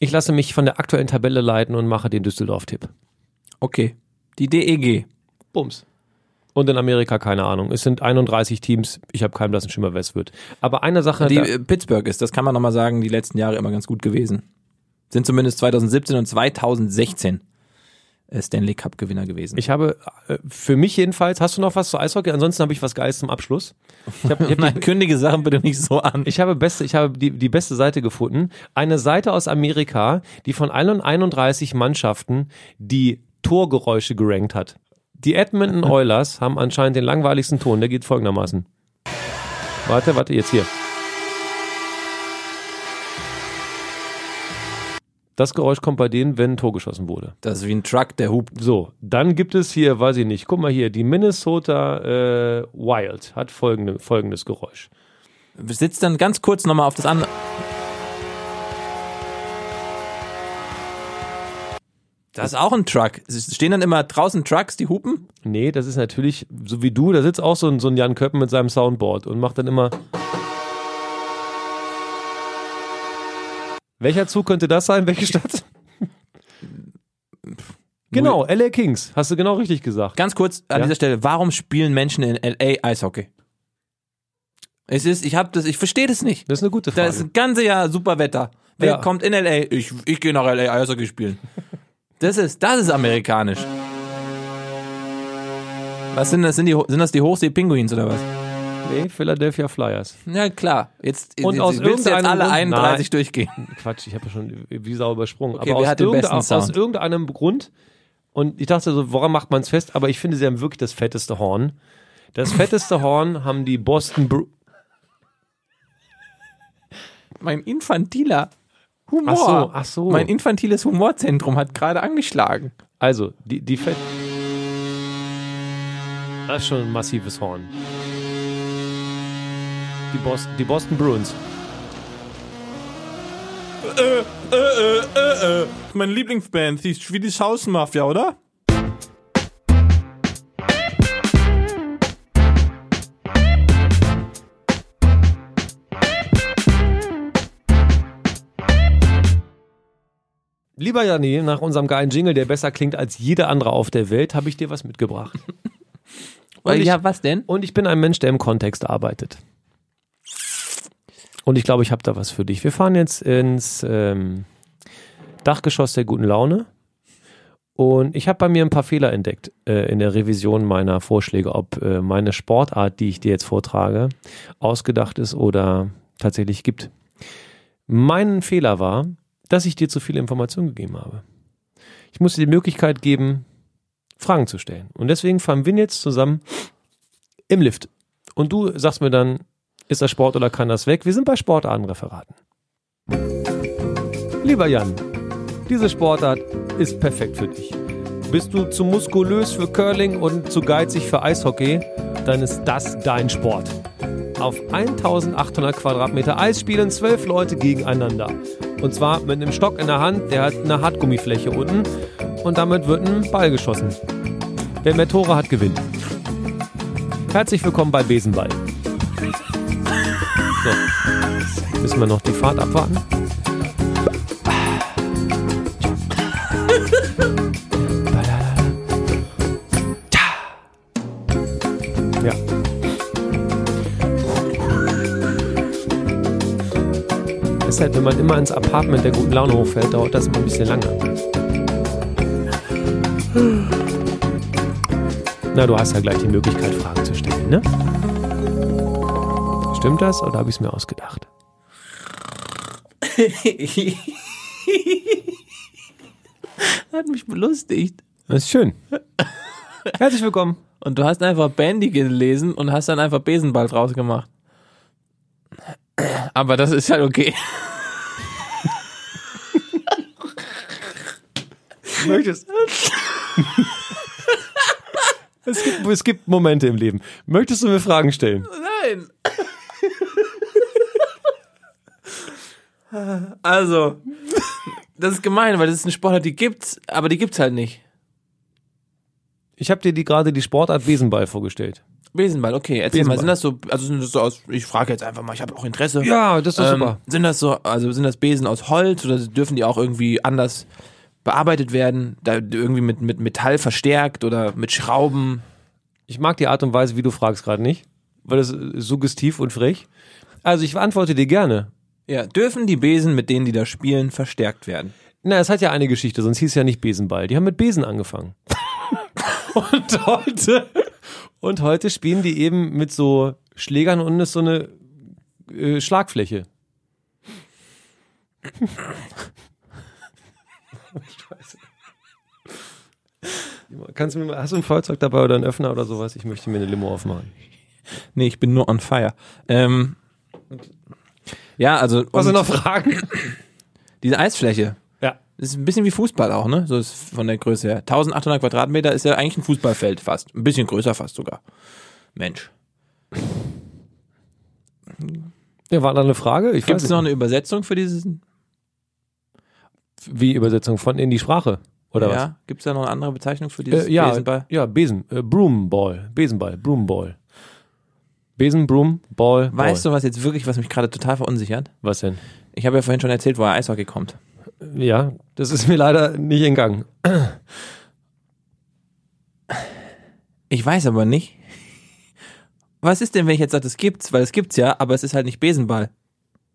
A: Ich lasse mich von der aktuellen
D: E
A: Tabelle leiten und mache den Düsseldorf-Tipp.
D: Okay. Die DEG.
A: Bums. Und in Amerika, keine Ahnung. Es sind 31 Teams. Ich habe keinen blassen Schimmer, wer es wird. Aber eine Sache.
D: Die
A: da-
D: äh, Pittsburgh ist, das kann man nochmal sagen, die letzten Jahre immer ganz gut gewesen. Sind zumindest 2017 und 2016 äh, Stanley Cup Gewinner gewesen.
A: Ich habe äh, für mich jedenfalls, hast du noch was zu Eishockey? Ansonsten habe ich was Geiles zum Abschluss. Ich habe ich habe die-
D: Nein, kündige Sachen bitte nicht so an.
A: ich habe, beste, ich habe die, die beste Seite gefunden. Eine Seite aus Amerika, die von allen 31 Mannschaften die Torgeräusche gerankt hat. Die Edmonton Oilers haben anscheinend den langweiligsten Ton. Der geht folgendermaßen. Warte, warte, jetzt hier. Das Geräusch kommt bei denen, wenn ein Tor geschossen wurde.
D: Das ist wie ein Truck, der hupt.
A: So, dann gibt es hier, weiß ich nicht, guck mal hier, die Minnesota äh, Wild hat folgende, folgendes Geräusch.
D: Sitzt dann ganz kurz nochmal auf das andere. Das ist auch ein Truck. Es stehen dann immer draußen Trucks, die hupen.
A: Nee, das ist natürlich, so wie du, da sitzt auch so ein, so ein Jan Köppen mit seinem Soundboard und macht dann immer. Welcher Zug könnte das sein? Welche Stadt? genau, LA Kings. Hast du genau richtig gesagt.
D: Ganz kurz an
A: Ja.
D: dieser Stelle, warum spielen Menschen in LA Eishockey? Es ist, ich hab das, ich verstehe das nicht.
A: Das ist eine gute
D: Da
A: Frage.
D: ist das ganze Jahr super Wetter. Wer
A: Ja.
D: kommt in LA? Ich, ich gehe nach LA Eishockey spielen. Das ist, das ist amerikanisch. Was sind das? Sind, die, Ho- sind das die Hochsee-Pinguins oder was?
A: nee, Philadelphia Flyers.
D: Ja, klar. Jetzt,
A: Und
D: jetzt,
A: aus
D: willst du jetzt
A: irgendeinem
D: alle
A: Grund-
D: 31
A: Nein.
D: durchgehen.
A: Quatsch, ich habe ja schon wie Sau übersprungen.
D: Okay,
A: Aber
D: wer
A: aus,
D: hat den
A: irgendein-
D: besten
A: aus
D: Sound?
A: irgendeinem Grund, und ich dachte so, woran macht man es fest? Aber ich finde, sie haben wirklich das fetteste Horn. Das fetteste Horn haben die Boston Bru
D: Mein infantiler Humor.
A: Ach so, ach so.
D: Mein infantiles Humorzentrum hat gerade angeschlagen.
A: Also, die, die Fett. Das ist schon ein massives Horn. Die Boston, die Boston Bruins.
D: Äh, Meine äh, Lieblingsband, die ist wie die Hausmafia, oder?
A: Lieber Janni, nach unserem geilen Jingle, der besser klingt als jeder andere auf der Welt, habe ich dir was mitgebracht. Und ich,
D: Äh, ja, was denn?
A: und ich bin ein Mensch, der im Kontext arbeitet. Und ich glaube, ich habe da was für dich. Wir fahren jetzt ins ähm, Dachgeschoss der guten Laune. Und ich habe bei mir ein paar Fehler entdeckt äh, in der Revision meiner Vorschläge, ob äh, meine Sportart, die ich dir jetzt vortrage, ausgedacht ist oder tatsächlich gibt. Mein Fehler war, dass ich dir zu viele Informationen gegeben habe. Ich musste dir die Möglichkeit geben, Fragen zu stellen. Und deswegen fahren wir jetzt zusammen im Lift. Und du sagst mir dann, ist das Sport oder kann das weg? Wir sind bei Sportartenreferaten. Lieber Jan, diese Sportart ist perfekt für dich. Bist du zu muskulös für Curling und zu geizig für Eishockey, dann ist das dein Sport. Auf 1800 Quadratmeter Eis spielen zwölf Leute gegeneinander. Und zwar mit einem Stock in der Hand, der hat eine Hartgummifläche unten und damit wird ein Ball geschossen. Wer mehr Tore hat, gewinnt. Herzlich willkommen bei Besenball. So, müssen wir noch die Fahrt abwarten. Ja. Ist halt, wenn man immer ins Apartment der guten Laune hochfährt, dauert das immer ein bisschen länger. Na, du hast ja gleich die Möglichkeit, Fragen zu stellen, ne? Stimmt das oder habe ich es mir ausgedacht?
D: Hat mich belustigt.
A: Das ist schön. Herzlich willkommen.
D: Und du hast einfach Bandy gelesen und hast dann einfach Besenball draus gemacht. Aber das ist halt okay.
A: Möchtest. Es gibt, es gibt Momente im Leben. Möchtest du mir Fragen stellen?
D: Nein. Also, das ist gemein, weil das ist eine Sportart, die gibt's, aber die gibt's halt nicht.
A: Ich habe dir die, gerade die Sportart Besenball vorgestellt.
D: Besenball, okay, erzähl
A: Besenball.
D: mal, sind das so, also sind das so aus, ich frage jetzt einfach mal, ich habe auch Interesse. Ähm,
A: Ja, das ist doch super.
D: Sind das so, also sind das Besen aus Holz oder dürfen die auch irgendwie anders bearbeitet werden, da irgendwie mit, mit Metall verstärkt oder mit Schrauben?
A: Ich mag die Art und Weise, wie du fragst gerade nicht, weil das ist suggestiv und frech. Also ich antworte dir gerne.
D: Ja, dürfen die Besen, mit denen die da spielen, verstärkt werden?
A: Na, es hat ja eine Geschichte, sonst hieß es ja nicht Besenball. Die haben mit Besen angefangen. und heute und heute spielen die eben mit so Schlägern und ist so eine äh, Schlagfläche. Scheiße. Kannst du mir mal, hast du ein Feuerzeug dabei oder einen Öffner oder sowas? Ich möchte mir eine Limo aufmachen.
D: Nee, ich bin nur on fire. Ähm, ja, also
A: Hast du
D: und
A: noch Fragen?
D: diese Eisfläche
A: Ja.
D: ist ein bisschen wie Fußball auch, ne? So ist von der Größe her. 1800 Quadratmeter ist ja eigentlich ein Fußballfeld fast. Ein bisschen größer fast sogar. Mensch.
A: Ja, war da eine Frage? Ich
D: Gibt
A: weiß
D: es
A: nicht.
D: noch eine Übersetzung für diesen?
A: Wie Übersetzung von in die Sprache oder was?
D: ja, gibt es da noch eine andere Bezeichnung für dieses
A: Äh, ja,
D: Besenball?
A: ja, Besen, äh, Broomball, Besenball, Broomball. Besen, Broom, Ball,
D: Weißt
A: Ball.
D: du, was jetzt wirklich, was mich gerade total verunsichert?
A: Was denn?
D: Ich habe ja vorhin schon erzählt, woher Eishockey kommt.
A: Ja, das ist mir leider nicht in Gang.
D: Ich weiß aber nicht. Was ist denn, wenn ich jetzt sage, das gibt's? Weil es gibt's ja, aber es ist halt nicht Besenball.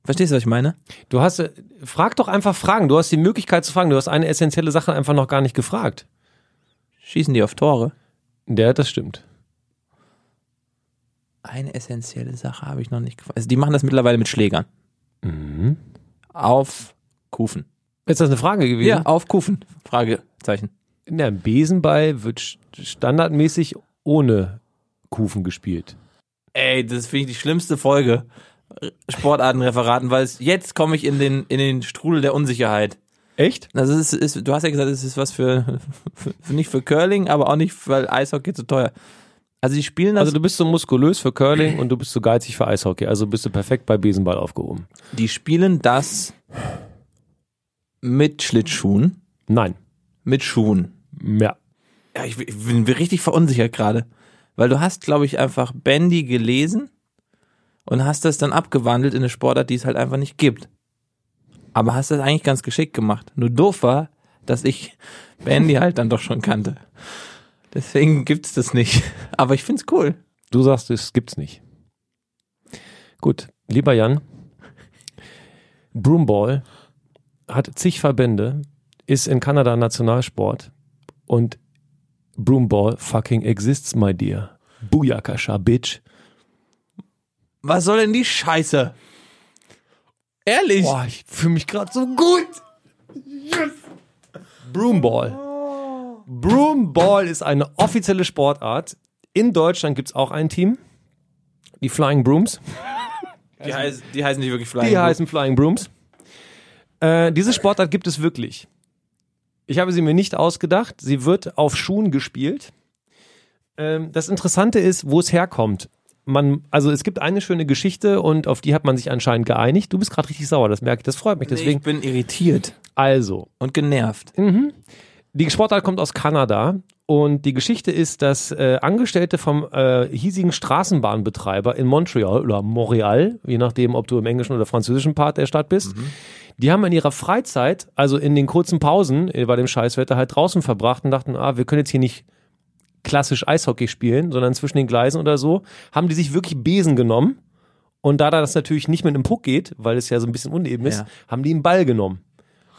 D: Verstehst du, was ich meine?
A: Du hast, äh, frag doch einfach Fragen. Du hast die Möglichkeit zu fragen. Du hast eine essentielle Sache einfach noch gar nicht gefragt.
D: Schießen die auf Tore?
A: Ja, das stimmt.
D: Eine essentielle Sache habe ich noch nicht gefragt. Also die machen das mittlerweile mit Schlägern. Mhm. Auf Kufen.
A: Ist das eine Frage gewesen?
D: Ja, auf Kufen. Fragezeichen.
A: Na, ein Besenball wird st- standardmäßig ohne Kufen gespielt.
D: Ey, das finde ich die schlimmste Folge. Sportartenreferaten, weil es, jetzt komme ich in den, in den Strudel der Unsicherheit.
A: Echt?
D: Also es ist, ist, du hast ja gesagt, es ist was für, für nicht für Curling, aber auch nicht, weil Eishockey zu teuer. Also die spielen das,
A: Also du bist so muskulös für Curling und du bist so geizig für Eishockey. Also bist du perfekt bei Besenball aufgehoben.
D: die spielen das mit Schlittschuhen,
A: Nein.
D: mit Schuhen.
A: Ja.
D: Ja, ich, bin- ich bin richtig verunsichert gerade, weil du hast, glaube ich, einfach Bandy gelesen und hast das dann abgewandelt in eine Sportart, die es halt einfach nicht gibt. Aber hast das eigentlich ganz geschickt gemacht. Nur doof war, dass ich Bandy halt dann doch schon kannte. Deswegen gibt's das nicht. Aber ich find's cool.
A: Du sagst, es gibt's nicht. Gut, lieber Jan, Broomball hat zig Verbände, ist in Kanada Nationalsport und Broomball fucking exists, my dear. Booyakasha, bitch.
D: Was soll denn die Scheiße? Ehrlich?
A: Ah, ich fühle mich gerade so gut. Broomball. Broomball ist eine offizielle Sportart. In Deutschland gibt's auch ein Team, die Flying Brooms.
D: die, heißen, die heißen nicht wirklich Flying.
A: also Die heißen Flying Brooms. Äh, diese Sportart gibt es wirklich. Ich habe sie mir nicht ausgedacht. Sie wird auf Schuhen gespielt. Ähm, das Interessante ist, wo es herkommt. Man, also es gibt eine schöne Geschichte und auf die hat man sich anscheinend geeinigt. Du bist gerade richtig sauer, das merke ich. Das freut mich.
D: Deswegen
A: Deswegen,
D: ich bin irritiert
A: also,
D: und genervt.
A: die Sportart kommt aus Kanada und die Geschichte ist, dass äh, Angestellte vom äh, hiesigen Straßenbahnbetreiber in Montreal oder Montreal, je nachdem, ob du im englischen oder französischen Part der Stadt bist, die haben in ihrer Freizeit, also in den kurzen Pausen äh, bei dem Scheißwetter, halt draußen verbracht und dachten, ah, wir können jetzt hier nicht klassisch Eishockey spielen, sondern zwischen den Gleisen oder so, haben die sich wirklich Besen genommen. Und da das natürlich nicht mit einem Puck geht, weil es ja so ein bisschen uneben ist,
D: Ja.
A: haben die einen Ball genommen.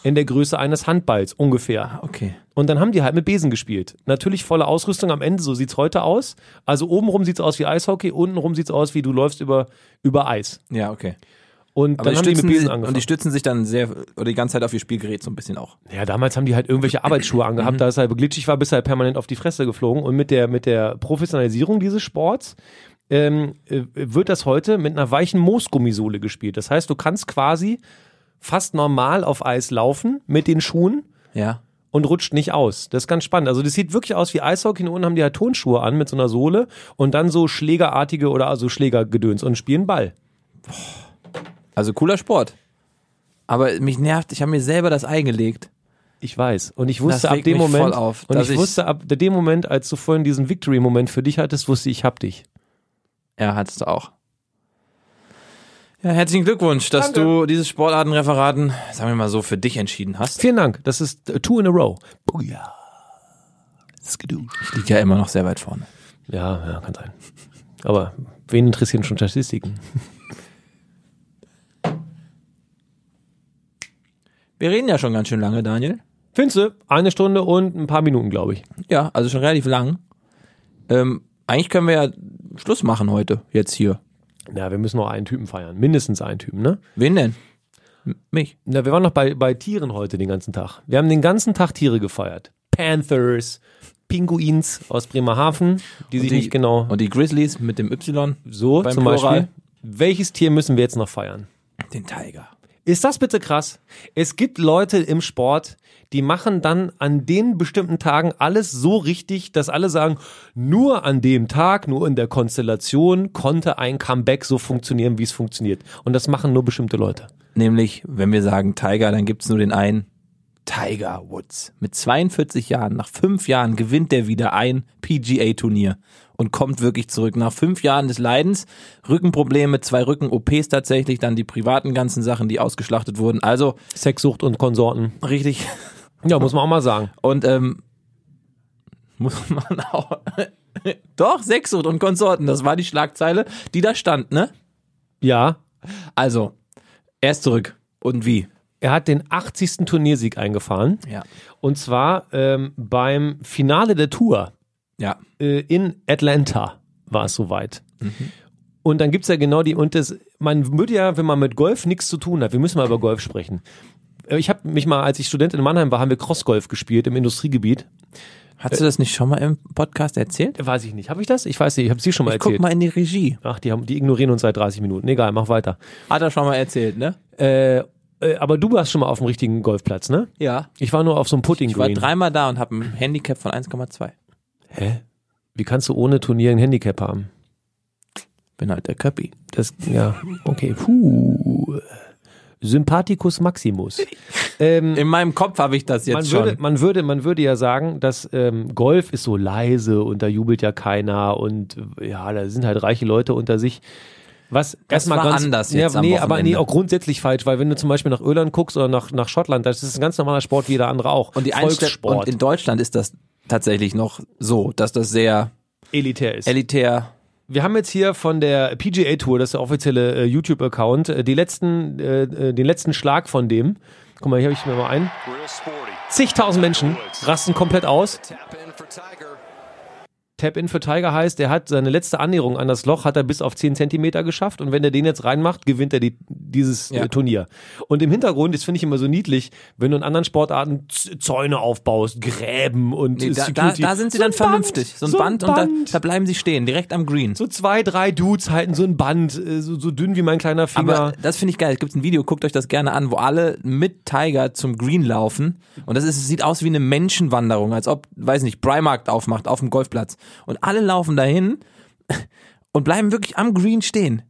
A: In der Größe eines Handballs ungefähr.
D: Okay.
A: Und dann haben die halt mit Besen gespielt. Natürlich volle Ausrüstung am Ende, so sieht's heute aus. Also obenrum sieht's aus wie Eishockey, untenrum sieht's aus wie du läufst über, über Eis.
D: Ja, okay.
A: Und
D: Aber
A: dann haben
D: die
A: die mit
D: stützen
A: Besen
D: sich, und die
A: angefangen.
D: stützen sich dann sehr oder die ganze Zeit auf ihr Spielgerät so ein bisschen auch.
A: Ja, damals haben die halt irgendwelche Arbeitsschuhe
D: Mhm.
A: angehabt, da es halt glitschig war, bist du halt permanent auf die Fresse geflogen. Und mit der, mit der Professionalisierung dieses Sports ähm, äh, wird das heute mit einer weichen Moosgummisohle gespielt. Das heißt, du kannst quasi fast normal auf Eis laufen mit den Schuhen
D: Ja.
A: und rutscht nicht aus. Das ist ganz spannend. Also das sieht wirklich aus wie Eishockey. Nur Unten haben die halt Tonschuhe an mit so einer Sohle und dann so schlägerartige oder also Schlägergedöns und spielen Ball.
D: Also cooler Sport. Aber mich nervt, ich habe mir selber das Ei gelegt.
A: Ich weiß. Und ich
D: Das
A: wusste ab
D: regt
A: dem
D: mich voll
A: Moment,
D: auf,
A: und
D: dass
A: ich
D: ich-
A: wusste ab dem Moment, als du vorhin diesen Victory-Moment für dich hattest, wusste ich, ich hab dich.
D: Ja, hattest du auch. Ja, herzlichen Glückwunsch, dass
A: Danke.
D: du dieses Sportartenreferaten, sagen wir mal so, für dich entschieden hast.
A: Vielen Dank. Das ist äh, two in a row.
D: Ich liege ja immer noch sehr weit vorne.
A: Ja, ja, kann sein. Aber wen interessieren schon Statistiken?
D: Wir reden ja schon ganz schön lange, Daniel.
A: Findest du? Eine Stunde und ein paar Minuten, glaube ich.
D: Ja, also schon relativ lang. Ähm, eigentlich können wir ja Schluss machen heute, jetzt hier.
A: Na, wir müssen noch einen Typen feiern. Mindestens einen Typen, ne?
D: Wen denn? M mich.
A: Na, wir waren noch bei, bei Tieren heute den ganzen Tag. Wir haben den ganzen Tag Tiere gefeiert. Panthers, Pinguins aus Bremerhaven, die sich nicht genau
D: Und die Grizzlies mit dem Y,
A: so
D: beim
A: zum Beispiel.
D: Plural.
A: Welches Tier müssen wir jetzt noch feiern?
D: den Tiger.
A: Ist das bitte krass? Es gibt Leute im Sport, die machen dann an den bestimmten Tagen alles so richtig, dass alle sagen, nur an dem Tag, nur in der Konstellation konnte ein Comeback so funktionieren, wie es funktioniert. Und das machen nur bestimmte Leute.
D: Nämlich, wenn wir sagen Tiger, dann gibt's nur den einen. Tiger Woods. Mit 42 Jahren, nach fünf Jahren gewinnt der wieder ein PGA-Turnier und kommt wirklich zurück. Nach fünf Jahren des Leidens, Rückenprobleme, zwei Rücken-OPs tatsächlich, dann die privaten ganzen Sachen, die ausgeschlachtet wurden. Also
A: Sexsucht und Konsorten.
D: richtig.
A: Ja, muss man auch mal sagen.
D: Und ähm, muss man auch. Doch, Sexsucht und Konsorten, das war die Schlagzeile, die da stand, ne?
A: Ja,
D: Also, er ist zurück. Und wie?
A: er hat den 80. Turniersieg eingefahren.
D: Ja.
A: Und zwar ähm, beim Finale der Tour.
D: Ja.
A: äh, in Atlanta war es soweit.
D: Mhm.
A: Und dann gibt's ja genau die, und das, man würde ja, wenn man mit Golf nichts zu tun hat, wir müssen mal über Golf sprechen. Äh, Ich habe mich mal, als ich Student in Mannheim war, haben wir Crossgolf gespielt im Industriegebiet.
D: Hast du das nicht schon mal im Podcast erzählt?
A: Weiß ich nicht. Habe ich das? Ich weiß nicht. Ich habe sie schon mal
D: Ich guck
A: erzählt.
D: mal in die Regie.
A: Ach, die, haben, die ignorieren uns seit 30 Minuten. Egal, mach weiter.
D: Hat er schon mal erzählt, ne?
A: Äh, äh, aber du warst schon mal auf dem richtigen Golfplatz, ne?
D: Ja.
A: Ich war nur auf so einem Putting
D: Ich war
A: Green.
D: dreimal da und habe ein Handicap von 1,2.
A: Wie kannst du ohne Turnier ein Handicap haben?
D: Bin halt der Köppi.
A: Das, ja, okay. Puh. Sympathicus Maximus. ähm,
D: In meinem Kopf habe ich das jetzt
A: man
D: schon.
A: würde, man würde, man würde ja sagen, dass ähm, Golf ist so leise und da jubelt ja keiner und äh, ja, da sind halt reiche Leute unter sich. Was erstmal
D: war
A: ganz
D: anders
A: ja,
D: jetzt am
A: nee, aber nee,
D: Wochenende.
A: auch grundsätzlich falsch, weil wenn du zum Beispiel nach Irland guckst oder nach, nach Schottland, das ist ein ganz normaler Sport wie jeder andere auch.
D: und die Einstellung und
A: Volkssport
D: in Deutschland ist das tatsächlich noch so, dass das sehr
A: elitär ist.
D: elitär.
A: Wir haben jetzt hier von der PGA Tour, das ist der offizielle äh, YouTube-Account, äh, die letzten, äh, äh, den letzten Schlag von dem. Guck mal, hier habe ich mir mal ein. Zigtausend Menschen rasten komplett aus. Tap-In für Tiger heißt, er hat seine letzte Annäherung an das Loch, hat er bis auf 10 Zentimeter geschafft und wenn er den jetzt reinmacht, gewinnt er die, dieses
D: Ja.
A: äh, Turnier. Und im Hintergrund, das finde ich immer so niedlich, wenn du in anderen Sportarten Z Zäune aufbaust, Gräben und
D: Nee,
A: äh,
D: da, da,
A: Security.
D: da sind sie
A: So ein
D: dann vernünftig. So ein Band, und da, da bleiben sie stehen, direkt am Green.
A: so zwei, drei Dudes halten so ein Band, äh, so, so dünn wie mein kleiner Finger.
D: Aber das finde ich geil. Es gibt ein Video, guckt euch das gerne an, wo alle mit Tiger zum Green laufen. Und das ist, sieht aus wie eine Menschenwanderung, als ob, weiß nicht, Primarkt aufmacht auf dem Golfplatz. Und alle laufen dahin und bleiben wirklich am Green stehen.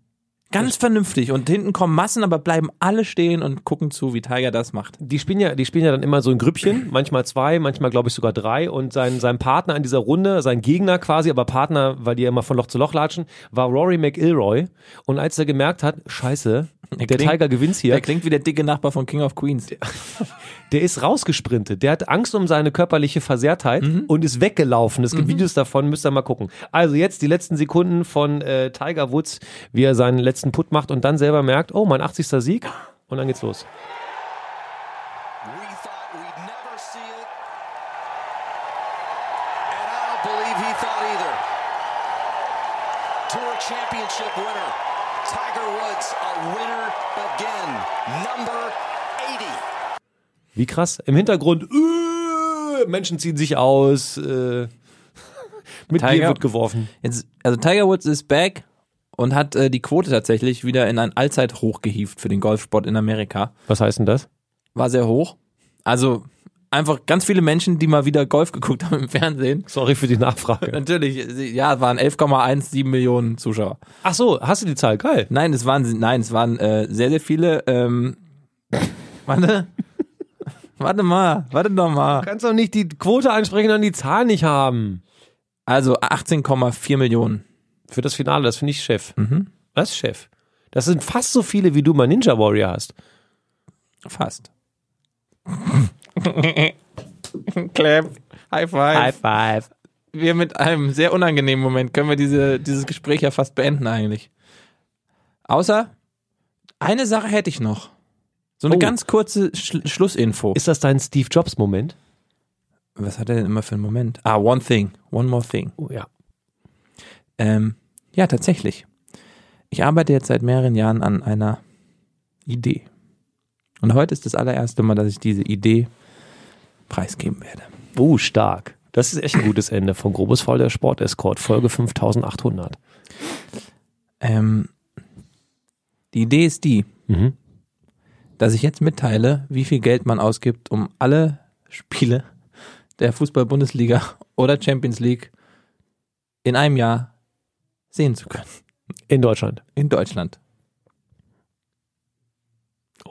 D: Ganz vernünftig. Und hinten kommen Massen, aber bleiben alle stehen und gucken zu, wie Tiger das macht.
A: die spielen ja, die spielen ja dann immer so ein Grüppchen, manchmal zwei, manchmal glaube ich sogar drei und sein, sein Partner in dieser Runde, sein Gegner quasi, aber Partner, weil die ja immer von Loch zu Loch latschen, war Rory McIlroy und als er gemerkt hat, scheiße, der,
D: klingt-
A: Tiger gewinnt
D: Der
A: hier,
D: klingt wie der dicke Nachbar von King of Queens.
A: der ist rausgesprintet, der hat Angst um seine körperliche Versehrtheit und ist weggelaufen. Es gibt Videos davon, müsst ihr mal gucken. Also jetzt die letzten Sekunden von äh, Tiger Woods, wie er seinen letzten Put macht und dann selber merkt, oh, mein 80. Sieg und dann geht's los.
B: We thought we'd never see it. And I don't believe he thought either. Tour championship winner, Tiger Woods, a winner again. Number 80.
A: Wie krass. Im Hintergrund, äh, Menschen ziehen sich aus, äh, mit Bier
D: Tiger-
A: wird geworfen.
D: Jetzt, also Tiger Woods ist back und hat äh, die Quote tatsächlich wieder in ein Allzeithoch gehievt für den Golfsport in Amerika.
A: Was heißt denn das?
D: war sehr hoch. Also einfach ganz viele Menschen, die mal wieder Golf geguckt haben im Fernsehen.
A: Sorry für die Nachfrage.
D: Natürlich, sie- ja, waren 11,17 Millionen Zuschauer.
A: Ach so, hast du die Zahl? Geil.
D: Nein, es waren, sie- nein, es waren äh, sehr, sehr viele. Ähm, warte, warte mal, warte doch mal.
A: Kannst doch nicht die Quote ansprechen und die Zahl nicht haben.
D: Also 18,4 Millionen.
A: Für das Finale, das finde ich Chef.
D: Mhm.
A: Was, Chef? Das sind fast so viele, wie du mal Ninja Warrior hast.
D: Fast. Clap. High five.
A: five.
D: wir mit einem sehr unangenehmen Moment können wir diese, dieses Gespräch ja fast beenden eigentlich. Außer eine Sache hätte ich noch. So eine
A: Oh.
D: ganz kurze Schl Schlussinfo.
A: Ist das dein Steve Jobs Moment?
D: Was hat er denn immer für einen Moment? Ah, one thing, one more thing.
A: Oh ja.
D: Ähm, ja, tatsächlich. Ich arbeite jetzt seit mehreren Jahren an einer Idee. Und heute ist das allererste Mal, dass ich diese Idee preisgeben werde.
A: Oh, stark. Das ist echt ein gutes Ende von Grobes Voll der Sport Escort, Folge 5800.
D: Ähm, die Idee ist die,
A: Mhm.
D: dass ich jetzt mitteile, wie viel Geld man ausgibt, um alle Spiele der Fußball-Bundesliga oder Champions League in einem Jahr sehen zu können.
A: In Deutschland.
D: In Deutschland.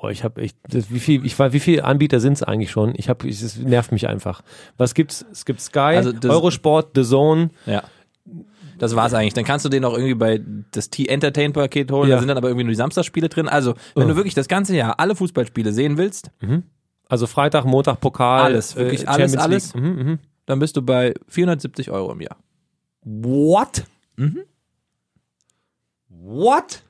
A: Oh, ich habe echt, das, wie viel, ich war, wie viele Anbieter sind es eigentlich schon? Ich habe, es es nervt mich einfach. Was gibt's? Es gibt Sky,
D: Also das-
A: Eurosport, The Zone.
D: Ja. Das war's eigentlich. Dann kannst du den auch irgendwie bei das T-Entertain-Paket holen.
A: Ja. Oh.
D: Da sind dann aber irgendwie nur die Samstagsspiele drin. Also, wenn du wirklich das ganze Jahr alle Fußballspiele sehen willst,
A: Also Freitag, Montag, Pokal.
D: Alles, wirklich alles,
A: äh, Champions League. Mhm, mhm.
D: dann bist du bei 470 Euro im Jahr.
A: What?
D: Mhm.
A: What?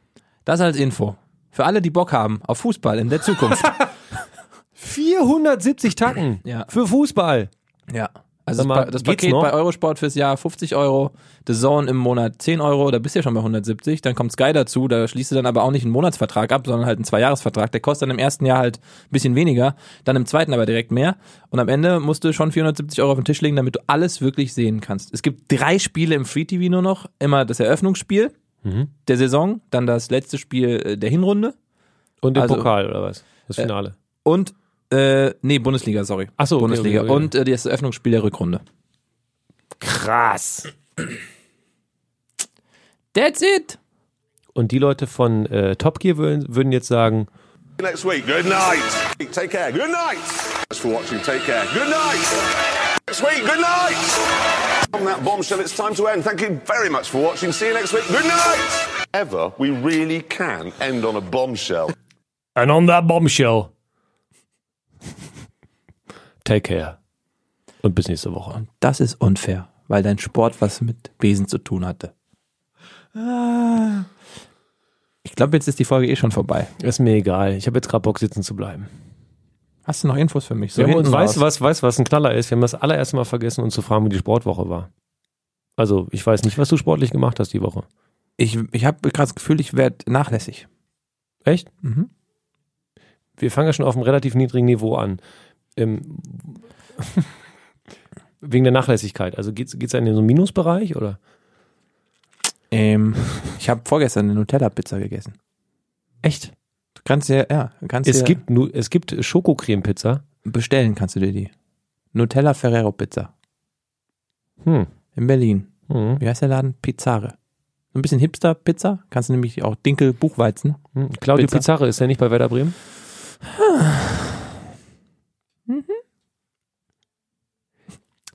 D: Das als Info. Für alle, die Bock haben auf Fußball in der Zukunft.
A: 470 Tacken
D: Ja.
A: für Fußball.
D: Ja. Also
A: Sag mal,
D: das, pa das
A: geht's
D: Paket
A: noch?
D: bei Eurosport fürs Jahr 50 Euro, The Zone im Monat 10 Euro, da bist du ja schon bei 170, dann kommt Sky dazu, da schließt du dann aber auch nicht einen Monatsvertrag ab, sondern halt einen Zweijahresvertrag, der kostet dann im ersten Jahr halt ein bisschen weniger, dann im zweiten aber direkt mehr und am Ende musst du schon 470 Euro auf den Tisch legen, damit du alles wirklich sehen kannst. Es gibt drei Spiele im Free-TV nur noch, immer das Eröffnungsspiel der Saison, dann das letzte Spiel äh, der Hinrunde
A: Und den
D: Also-
A: Pokal oder was? Das Finale.
D: und, äh, nee, Bundesliga, sorry.
A: Ach so, okay,
D: Bundesliga
A: okay, okay.
D: und äh, das Eröffnungsspiel der Rückrunde.
A: krass.
D: That's it!
A: Und die Leute von äh, Top Gear würden, würden jetzt sagen,
F: next week. Good night. Take care. Good night. Thanks for watching. Take care. Good night. Next week. Good night. On that bombshell, it's time to end. Thank you very much for watching. See you next week. Good night. Ever, we really can end on a bombshell.
A: And on that bombshell. Take care. Und bis nächste Woche.
D: Das ist unfair, weil dein Sport was mit Besen zu tun hatte.
A: Ah.
D: Ich glaube, jetzt ist die Folge eh schon vorbei.
A: Ist mir egal. Ich habe jetzt gerade Bock, sitzen zu bleiben.
D: Hast du noch Infos für mich? So
A: wir haben uns,
D: hinten
A: weißt du,
D: raus.
A: was, weißt, du, was ein Knaller ist? Wir haben das allererste Mal vergessen, uns zu fragen, wie die Sportwoche war. Also, ich weiß nicht, was du sportlich gemacht hast die Woche.
D: Ich, ich habe gerade das Gefühl, ich werde nachlässig.
A: Echt?
D: Mhm.
A: Wir fangen ja schon auf einem relativ niedrigen Niveau an. Ähm, wegen der Nachlässigkeit. Also, geht es in so einen Minusbereich oder?
D: Ähm, ich habe vorgestern eine Nutella-Pizza gegessen.
A: Echt?
D: Du kannst dir, ja, du kannst
A: Es
D: dir
A: gibt, nur- es gibt Schokocreme-Pizza.
D: bestellen, kannst du dir die. Nutella Ferrero Pizza
A: Hm.
D: in Berlin.
A: Mhm.
D: Wie heißt der Laden? Pizzare. So ein bisschen Hipster-Pizza. Kannst du nämlich auch Dinkel, Buchweizen.
A: Hm, Claudio
D: Pizza.
A: Pizarro ist ja nicht bei Werder Bremen.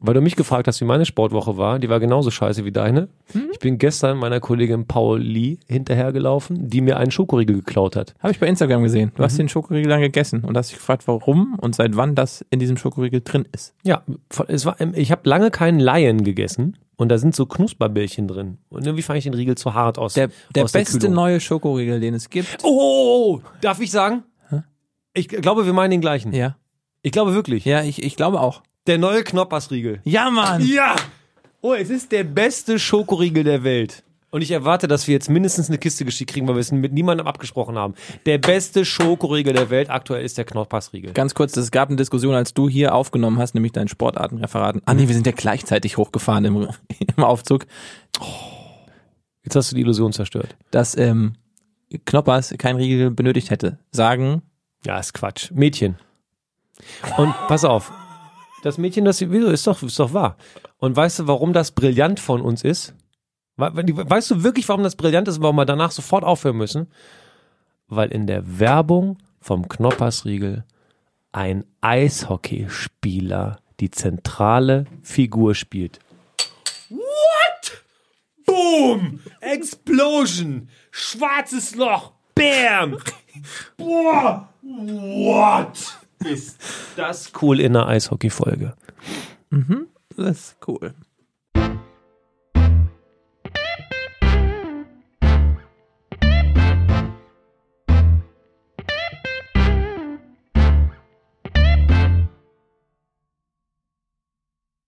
A: Weil du mich gefragt hast, wie meine Sportwoche war, die war genauso scheiße wie deine. Ich bin gestern meiner Kollegin Pauli hinterhergelaufen, die mir einen Schokoriegel geklaut hat.
D: Habe ich bei Instagram gesehen. Du hast
A: Mhm.
D: den Schokoriegel dann gegessen und hast dich gefragt, warum und seit wann das in diesem Schokoriegel drin ist.
A: Ja, voll- es war, ich habe lange keinen Lion gegessen und da sind so Knusperbällchen drin. Und irgendwie fand ich den Riegel zu hart aus.
D: Der, der
A: Äh, aus
D: beste
A: Kühlung.
D: neue Schokoriegel, den es gibt.
A: Oh, oh, oh, oh, darf ich sagen? Ich glaube, wir meinen den gleichen.
D: Ja.
A: Ich glaube wirklich.
D: Ja, ich, ich glaube auch.
A: Der neue Knoppersriegel.
D: Ja, Mann!
A: Ja! Oh, es ist der beste Schokoriegel der Welt. Und ich erwarte, dass wir jetzt mindestens eine Kiste geschickt kriegen, weil wir es mit niemandem abgesprochen haben. Der beste Schokoriegel der Welt aktuell ist der Knoppasriegel.
D: Ganz kurz, es gab eine Diskussion, als du hier aufgenommen hast, nämlich dein Sportartenreferaten. Ah nee, wir sind ja gleichzeitig hochgefahren im, im Aufzug,
A: Jetzt hast du die Illusion zerstört.
D: dass ähm, Knoppers kein Riegel benötigt hätte. Sagen,
A: Ja, ist Quatsch. Mädchen. Und pass auf. Das Mädchen, das wieso ist doch, ist doch wahr. Und weißt du, warum das brillant von uns ist? We- we- Weißt du wirklich, warum das brillant ist und warum wir danach sofort aufhören müssen? Weil in der Werbung vom Knoppersriegel ein Eishockeyspieler die zentrale Figur spielt. What? Boom! Explosion! Schwarzes Loch! Bam! Boah, what? Ist das cool in einer Eishockey-Folge?
D: das ist cool.